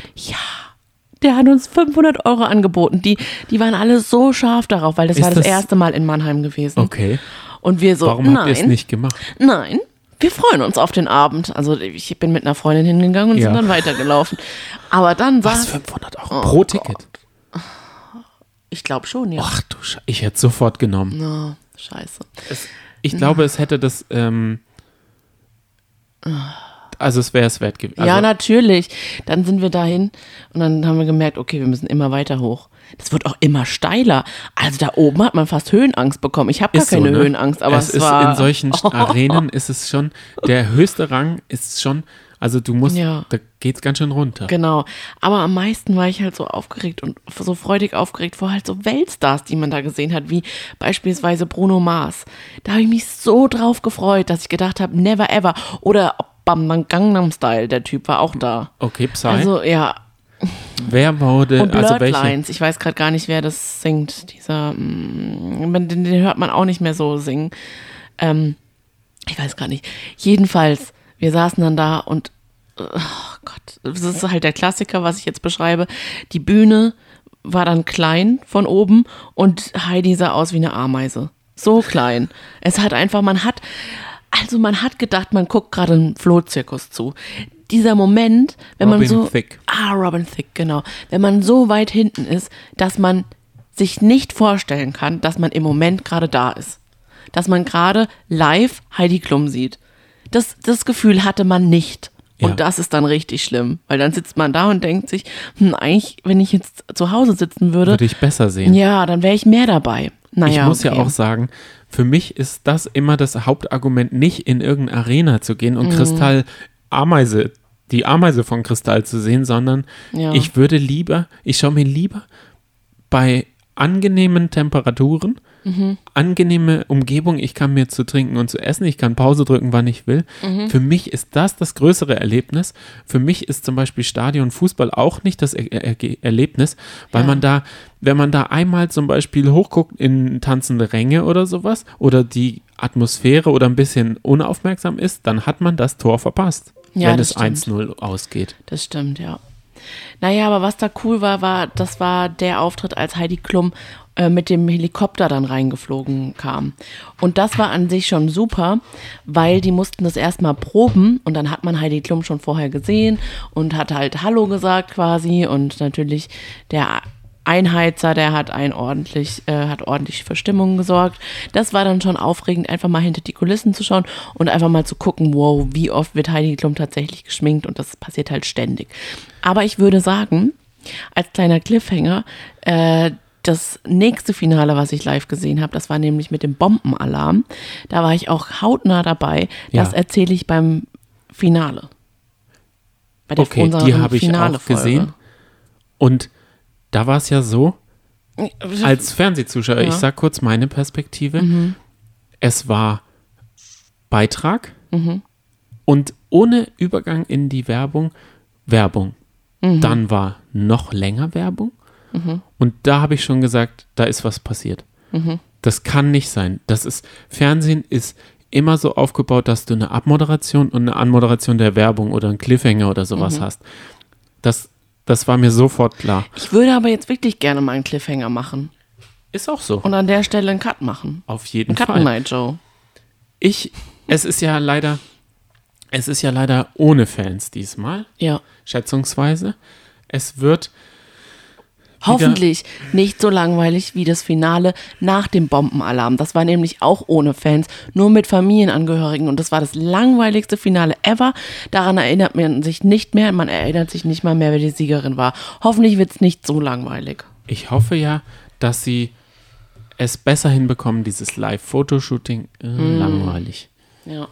Speaker 1: Der hat uns 500 Euro angeboten. Die, die waren alle so scharf darauf, weil das
Speaker 2: Ist
Speaker 1: war das,
Speaker 2: das-
Speaker 1: erste Mal in Mannheim gewesen.
Speaker 2: Okay.
Speaker 1: Und wir so,
Speaker 2: Warum habt ihr es
Speaker 1: nein,
Speaker 2: nicht gemacht?
Speaker 1: nein, wir freuen uns auf den Abend. Also ich bin mit einer Freundin hingegangen und
Speaker 2: Ja.
Speaker 1: sind dann weitergelaufen. Aber dann
Speaker 2: Was,
Speaker 1: war,
Speaker 2: 500 Euro pro Ticket?
Speaker 1: ich glaube schon, ja.
Speaker 2: Ach du Scheiße, ich hätte sofort genommen.
Speaker 1: Na, scheiße.
Speaker 2: Ich glaube, es hätte das, ähm, also es wäre es wert gewesen. Also,
Speaker 1: ja, natürlich. Dann sind wir dahin und dann haben wir gemerkt, okay, wir müssen immer weiter hoch. Das wird auch immer steiler. Also da oben hat man fast Höhenangst bekommen. Ich habe gar
Speaker 2: Ist so,
Speaker 1: keine
Speaker 2: ne?
Speaker 1: Höhenangst, aber es,
Speaker 2: ist
Speaker 1: war
Speaker 2: in solchen Arenen ist es schon der höchste Rang ist schon, also du musst,
Speaker 1: Ja.
Speaker 2: da geht's ganz schön runter.
Speaker 1: Genau. Aber am meisten war ich halt so aufgeregt und so freudig aufgeregt vor halt so Weltstars, die man da gesehen hat, wie beispielsweise Bruno Mars. Da habe ich mich so drauf gefreut, dass ich gedacht habe, never ever. Oder Bam Gangnam Style, der Typ war auch da.
Speaker 2: Okay, Psy.
Speaker 1: Also ja.
Speaker 2: wer wurde,
Speaker 1: Und ne? Blurred
Speaker 2: also welche?
Speaker 1: Lines. Ich weiß gerade gar nicht, wer das singt. Dieser, mm, man- den, den hört man auch nicht mehr so singen. Ähm, ich weiß gar nicht. Jedenfalls, wir saßen dann da und oh Gott, das ist halt der Klassiker, was ich jetzt beschreibe. Die Bühne war dann klein von oben und Heidi sah aus wie eine Ameise. So klein. Es hat einfach, man hat, also man hat gedacht, man guckt gerade einen Flohzirkus zu. Dieser Moment, wenn man
Speaker 2: Robin
Speaker 1: so.
Speaker 2: Thicke.
Speaker 1: Ah, Robin Thicke, genau. Wenn man so weit hinten ist, dass man sich nicht vorstellen kann, dass man im Moment gerade da ist. Dass man gerade live Heidi Klum sieht. Das, das Gefühl hatte man nicht. Und
Speaker 2: Ja.
Speaker 1: das ist dann richtig schlimm, weil dann sitzt man da und denkt sich, hm, eigentlich, wenn ich jetzt zu Hause sitzen würde,
Speaker 2: Würde ich besser sehen.
Speaker 1: ja, dann wäre ich mehr dabei. Naja,
Speaker 2: ich muss
Speaker 1: okay.
Speaker 2: ja auch sagen, für mich ist das immer das Hauptargument, nicht in irgendeine Arena zu gehen
Speaker 1: Mhm.
Speaker 2: und Kristall Ameise, die Ameise von Kristall zu sehen, sondern
Speaker 1: Ja.
Speaker 2: ich würde lieber, ich schaue mir lieber bei angenehmen Temperaturen,
Speaker 1: Mhm.
Speaker 2: angenehme Umgebung, ich kann mir zu trinken und zu essen, ich kann Pause drücken, wann ich will.
Speaker 1: Mhm.
Speaker 2: Für mich ist das das größere Erlebnis. Für mich ist zum Beispiel Stadion Fußball auch nicht das er er Erlebnis, weil man da, wenn man da einmal zum Beispiel hochguckt in tanzende Ränge oder sowas oder die Atmosphäre oder ein bisschen unaufmerksam ist, dann hat man das Tor verpasst,
Speaker 1: Ja,
Speaker 2: wenn
Speaker 1: das
Speaker 2: es
Speaker 1: stimmt.
Speaker 2: 1-0 ausgeht.
Speaker 1: Das stimmt, ja. Naja, aber was da cool war, war, das war der Auftritt, als Heidi Klum äh, mit dem Helikopter dann reingeflogen kam. Und das war an sich schon super, weil die mussten das erstmal proben und dann hat man Heidi Klum schon vorher gesehen und hat halt Hallo gesagt quasi und natürlich der Einheizer, der hat ein ordentlich, äh, hat ordentlich für Stimmung gesorgt. Das war dann schon aufregend, einfach mal hinter die Kulissen zu schauen und einfach mal zu gucken, wow, wie oft wird Heidi Klum tatsächlich geschminkt und das passiert halt ständig. Aber ich würde sagen, als kleiner Cliffhanger, äh, das nächste Finale, was ich live gesehen habe, das war nämlich mit dem Bombenalarm. Da war ich auch hautnah dabei.
Speaker 2: Ja.
Speaker 1: Das erzähle ich beim Finale. Bei der-
Speaker 2: Okay,
Speaker 1: unserer
Speaker 2: die habe ich auch
Speaker 1: Finale-Folge.
Speaker 2: gesehen. Und da war es ja so, als Fernsehzuschauer,
Speaker 1: Ja. Mhm.
Speaker 2: ich sag kurz meine Perspektive. Es war Beitrag
Speaker 1: Mhm.
Speaker 2: und ohne Übergang in die Werbung Werbung.
Speaker 1: Mhm.
Speaker 2: Dann war noch länger Werbung. Und da habe ich schon gesagt, da ist was passiert.
Speaker 1: Mhm.
Speaker 2: Das kann nicht sein. Das ist Fernsehen ist immer so aufgebaut, dass du eine Abmoderation und eine Anmoderation der Werbung oder einen Cliffhanger oder sowas hast. Das, das war mir sofort klar.
Speaker 1: Mhm. Ich würde aber jetzt wirklich gerne mal einen Cliffhanger machen
Speaker 2: Ist auch so.
Speaker 1: und an der Stelle einen Cut machen.
Speaker 2: Auf jeden
Speaker 1: Einen Cut
Speaker 2: Fall.
Speaker 1: Night Joe.
Speaker 2: Ich, es ist ja leider, es ist ja leider ohne Fans diesmal,
Speaker 1: Ja.
Speaker 2: schätzungsweise. Es wird
Speaker 1: Hoffentlich nicht so langweilig wie das Finale nach dem Bombenalarm. Das war nämlich auch ohne Fans, nur mit Familienangehörigen. Und das war das langweiligste Finale ever. Daran erinnert man sich nicht mehr. Man erinnert sich nicht mal mehr, wer die Siegerin war. Hoffentlich wird es nicht so langweilig.
Speaker 2: Ich hoffe ja, dass sie es besser hinbekommen, dieses Live-Fotoshooting. Äh,
Speaker 1: Hm.
Speaker 2: Langweilig.
Speaker 1: Ja.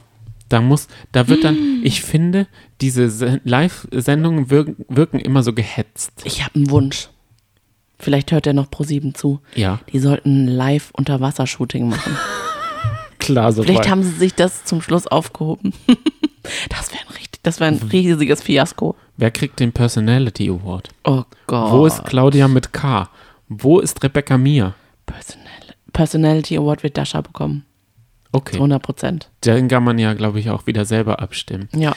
Speaker 2: Da muss, da wird
Speaker 1: Hm.
Speaker 2: dann, ich finde, diese Se- Live-Sendungen wirken, wirken immer so gehetzt.
Speaker 1: Ich habe einen Wunsch. Vielleicht hört er noch Pro7 zu.
Speaker 2: Ja,
Speaker 1: Die sollten ein Live-Unterwassershooting machen.
Speaker 2: klar, so
Speaker 1: Vielleicht
Speaker 2: weit.
Speaker 1: haben sie sich das zum Schluss aufgehoben. das wäre ein, richtig- das wär ein riesiges Fiasko.
Speaker 2: Wer kriegt den Personality Award?
Speaker 1: Oh Gott.
Speaker 2: Wo ist Claudia mit K? Wo ist Rebecca Mia?
Speaker 1: Personal Personality Award wird Dasha bekommen.
Speaker 2: Okay,
Speaker 1: 100 Prozent.
Speaker 2: den kann man ja, glaube ich, auch wieder selber abstimmen.
Speaker 1: Ja.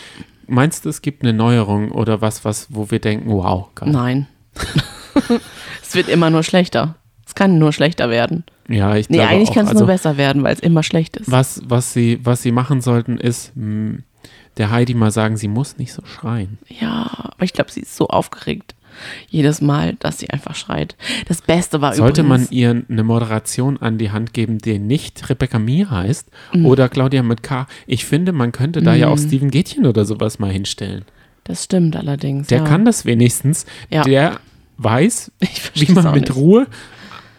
Speaker 2: Meinst du, es gibt eine Neuerung oder was, was, wo wir denken, wow, geil.
Speaker 1: Nein. es wird immer nur schlechter. Es kann nur schlechter werden.
Speaker 2: Ja, ich
Speaker 1: Nee,
Speaker 2: glaube
Speaker 1: eigentlich
Speaker 2: auch.
Speaker 1: kann es
Speaker 2: also,
Speaker 1: nur besser werden, weil es immer schlecht ist.
Speaker 2: was, was sie, was sie machen sollten, ist mh, der Heidi mal sagen, sie muss nicht so schreien.
Speaker 1: Ja, aber ich glaube, sie ist so aufgeregt. Jedes Mal, dass sie einfach schreit. Das Beste war
Speaker 2: Sollte man
Speaker 1: übrigens.
Speaker 2: ihr eine Moderation an die Hand geben, die nicht Rebecca Mir heißt
Speaker 1: Mhm.
Speaker 2: oder Claudia mit K? Ich finde, man könnte da ja auch Steven Gätchen oder sowas mal hinstellen.
Speaker 1: Das stimmt allerdings.
Speaker 2: Der
Speaker 1: ja.
Speaker 2: kann das wenigstens.
Speaker 1: Ja.
Speaker 2: Der weiß,
Speaker 1: Ich
Speaker 2: wie
Speaker 1: versteh's
Speaker 2: man
Speaker 1: auch
Speaker 2: mit
Speaker 1: nicht.
Speaker 2: Ruhe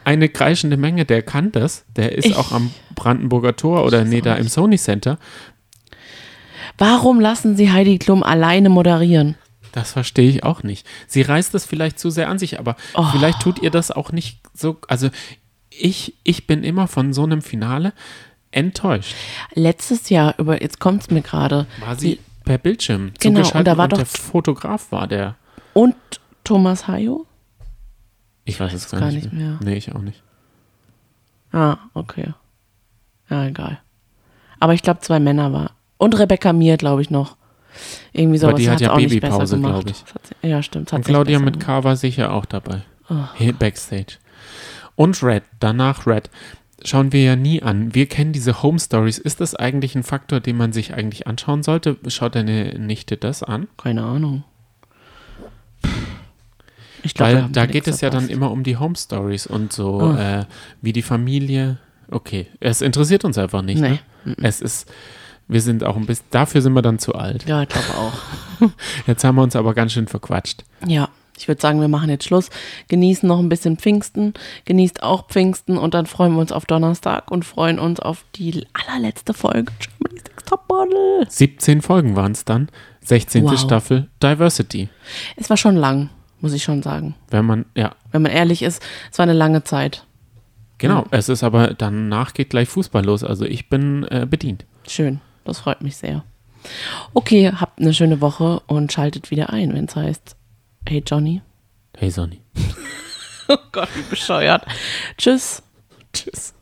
Speaker 2: eine kreischende Menge, der kann das. Der ist
Speaker 1: Ich-
Speaker 2: auch am Brandenburger Tor oder nee, da im Sony Center.
Speaker 1: Warum lassen sie Heidi Klum alleine moderieren?
Speaker 2: Das verstehe ich auch nicht. Sie reißt das vielleicht zu sehr an sich, aber
Speaker 1: Oh.
Speaker 2: vielleicht tut ihr das auch nicht so. Also ich, ich bin immer von so einem Finale enttäuscht.
Speaker 1: Letztes Jahr über, jetzt kommt's mir gerade.
Speaker 2: War sie per Bildschirm
Speaker 1: Genau,
Speaker 2: zugeschaltet
Speaker 1: und da war doch-
Speaker 2: der Fotograf war der.
Speaker 1: Und Thomas Hayo?
Speaker 2: Ich weiß es gar,
Speaker 1: gar
Speaker 2: nicht,
Speaker 1: nicht
Speaker 2: mehr.
Speaker 1: mehr.
Speaker 2: Nee, ich auch nicht.
Speaker 1: Ah, okay. Ja, egal. Aber ich glaube, zwei Männer war. Und Rebecca Mir, glaube ich, noch. Irgendwie sowas.
Speaker 2: Aber die hat
Speaker 1: hat's
Speaker 2: ja
Speaker 1: auch nicht
Speaker 2: Babypause,
Speaker 1: besser gemacht.
Speaker 2: glaub ich.
Speaker 1: Das hat sie- Ja, stimmt. das hat
Speaker 2: Und
Speaker 1: sie
Speaker 2: Claudia
Speaker 1: nicht besser ne? Ah.
Speaker 2: mit K war sicher auch dabei. Hier Backstage. Und Red, danach Red. Schauen wir ja nie an. Wir kennen diese Home Stories. Ist das eigentlich ein Faktor, den man sich eigentlich anschauen sollte? Schaut deine Nichte das an?
Speaker 1: gemacht. Keine Ahnung. Ich glaub, wir
Speaker 2: Weil
Speaker 1: haben
Speaker 2: da
Speaker 1: nichts
Speaker 2: geht es ja dann
Speaker 1: verpasst. Oh.
Speaker 2: immer um die Home Stories und so, äh, wie die Familie. Okay, es interessiert uns einfach nicht.
Speaker 1: Nee.
Speaker 2: Ne? Es ist, wir sind auch ein bisschen, dafür sind wir dann zu alt.
Speaker 1: Ja, ich glaube auch.
Speaker 2: Jetzt haben wir uns aber ganz schön verquatscht.
Speaker 1: Ja, ich würde sagen, wir machen jetzt Schluss. Genießen noch ein bisschen Pfingsten, genießt auch Pfingsten und dann freuen wir uns auf Donnerstag und freuen uns auf die allerletzte Folge Germany's Next Topmodel.
Speaker 2: 17 Folgen waren es dann, 16.
Speaker 1: Wow.
Speaker 2: Staffel Diversity.
Speaker 1: Es war schon lang, muss ich schon sagen.
Speaker 2: Wenn man, ja,
Speaker 1: Wenn man ehrlich ist, es war eine lange Zeit.
Speaker 2: genau. Es ist aber, danach geht gleich Fußball los. Also ich bin äh, bedient.
Speaker 1: Schön, das freut mich sehr. Okay, habt eine schöne Woche und schaltet wieder ein, wenn es heißt, hey Johnny.
Speaker 2: Hey Sonny.
Speaker 1: Oh Gott, wie bescheuert. Tschüss.
Speaker 2: Tschüss.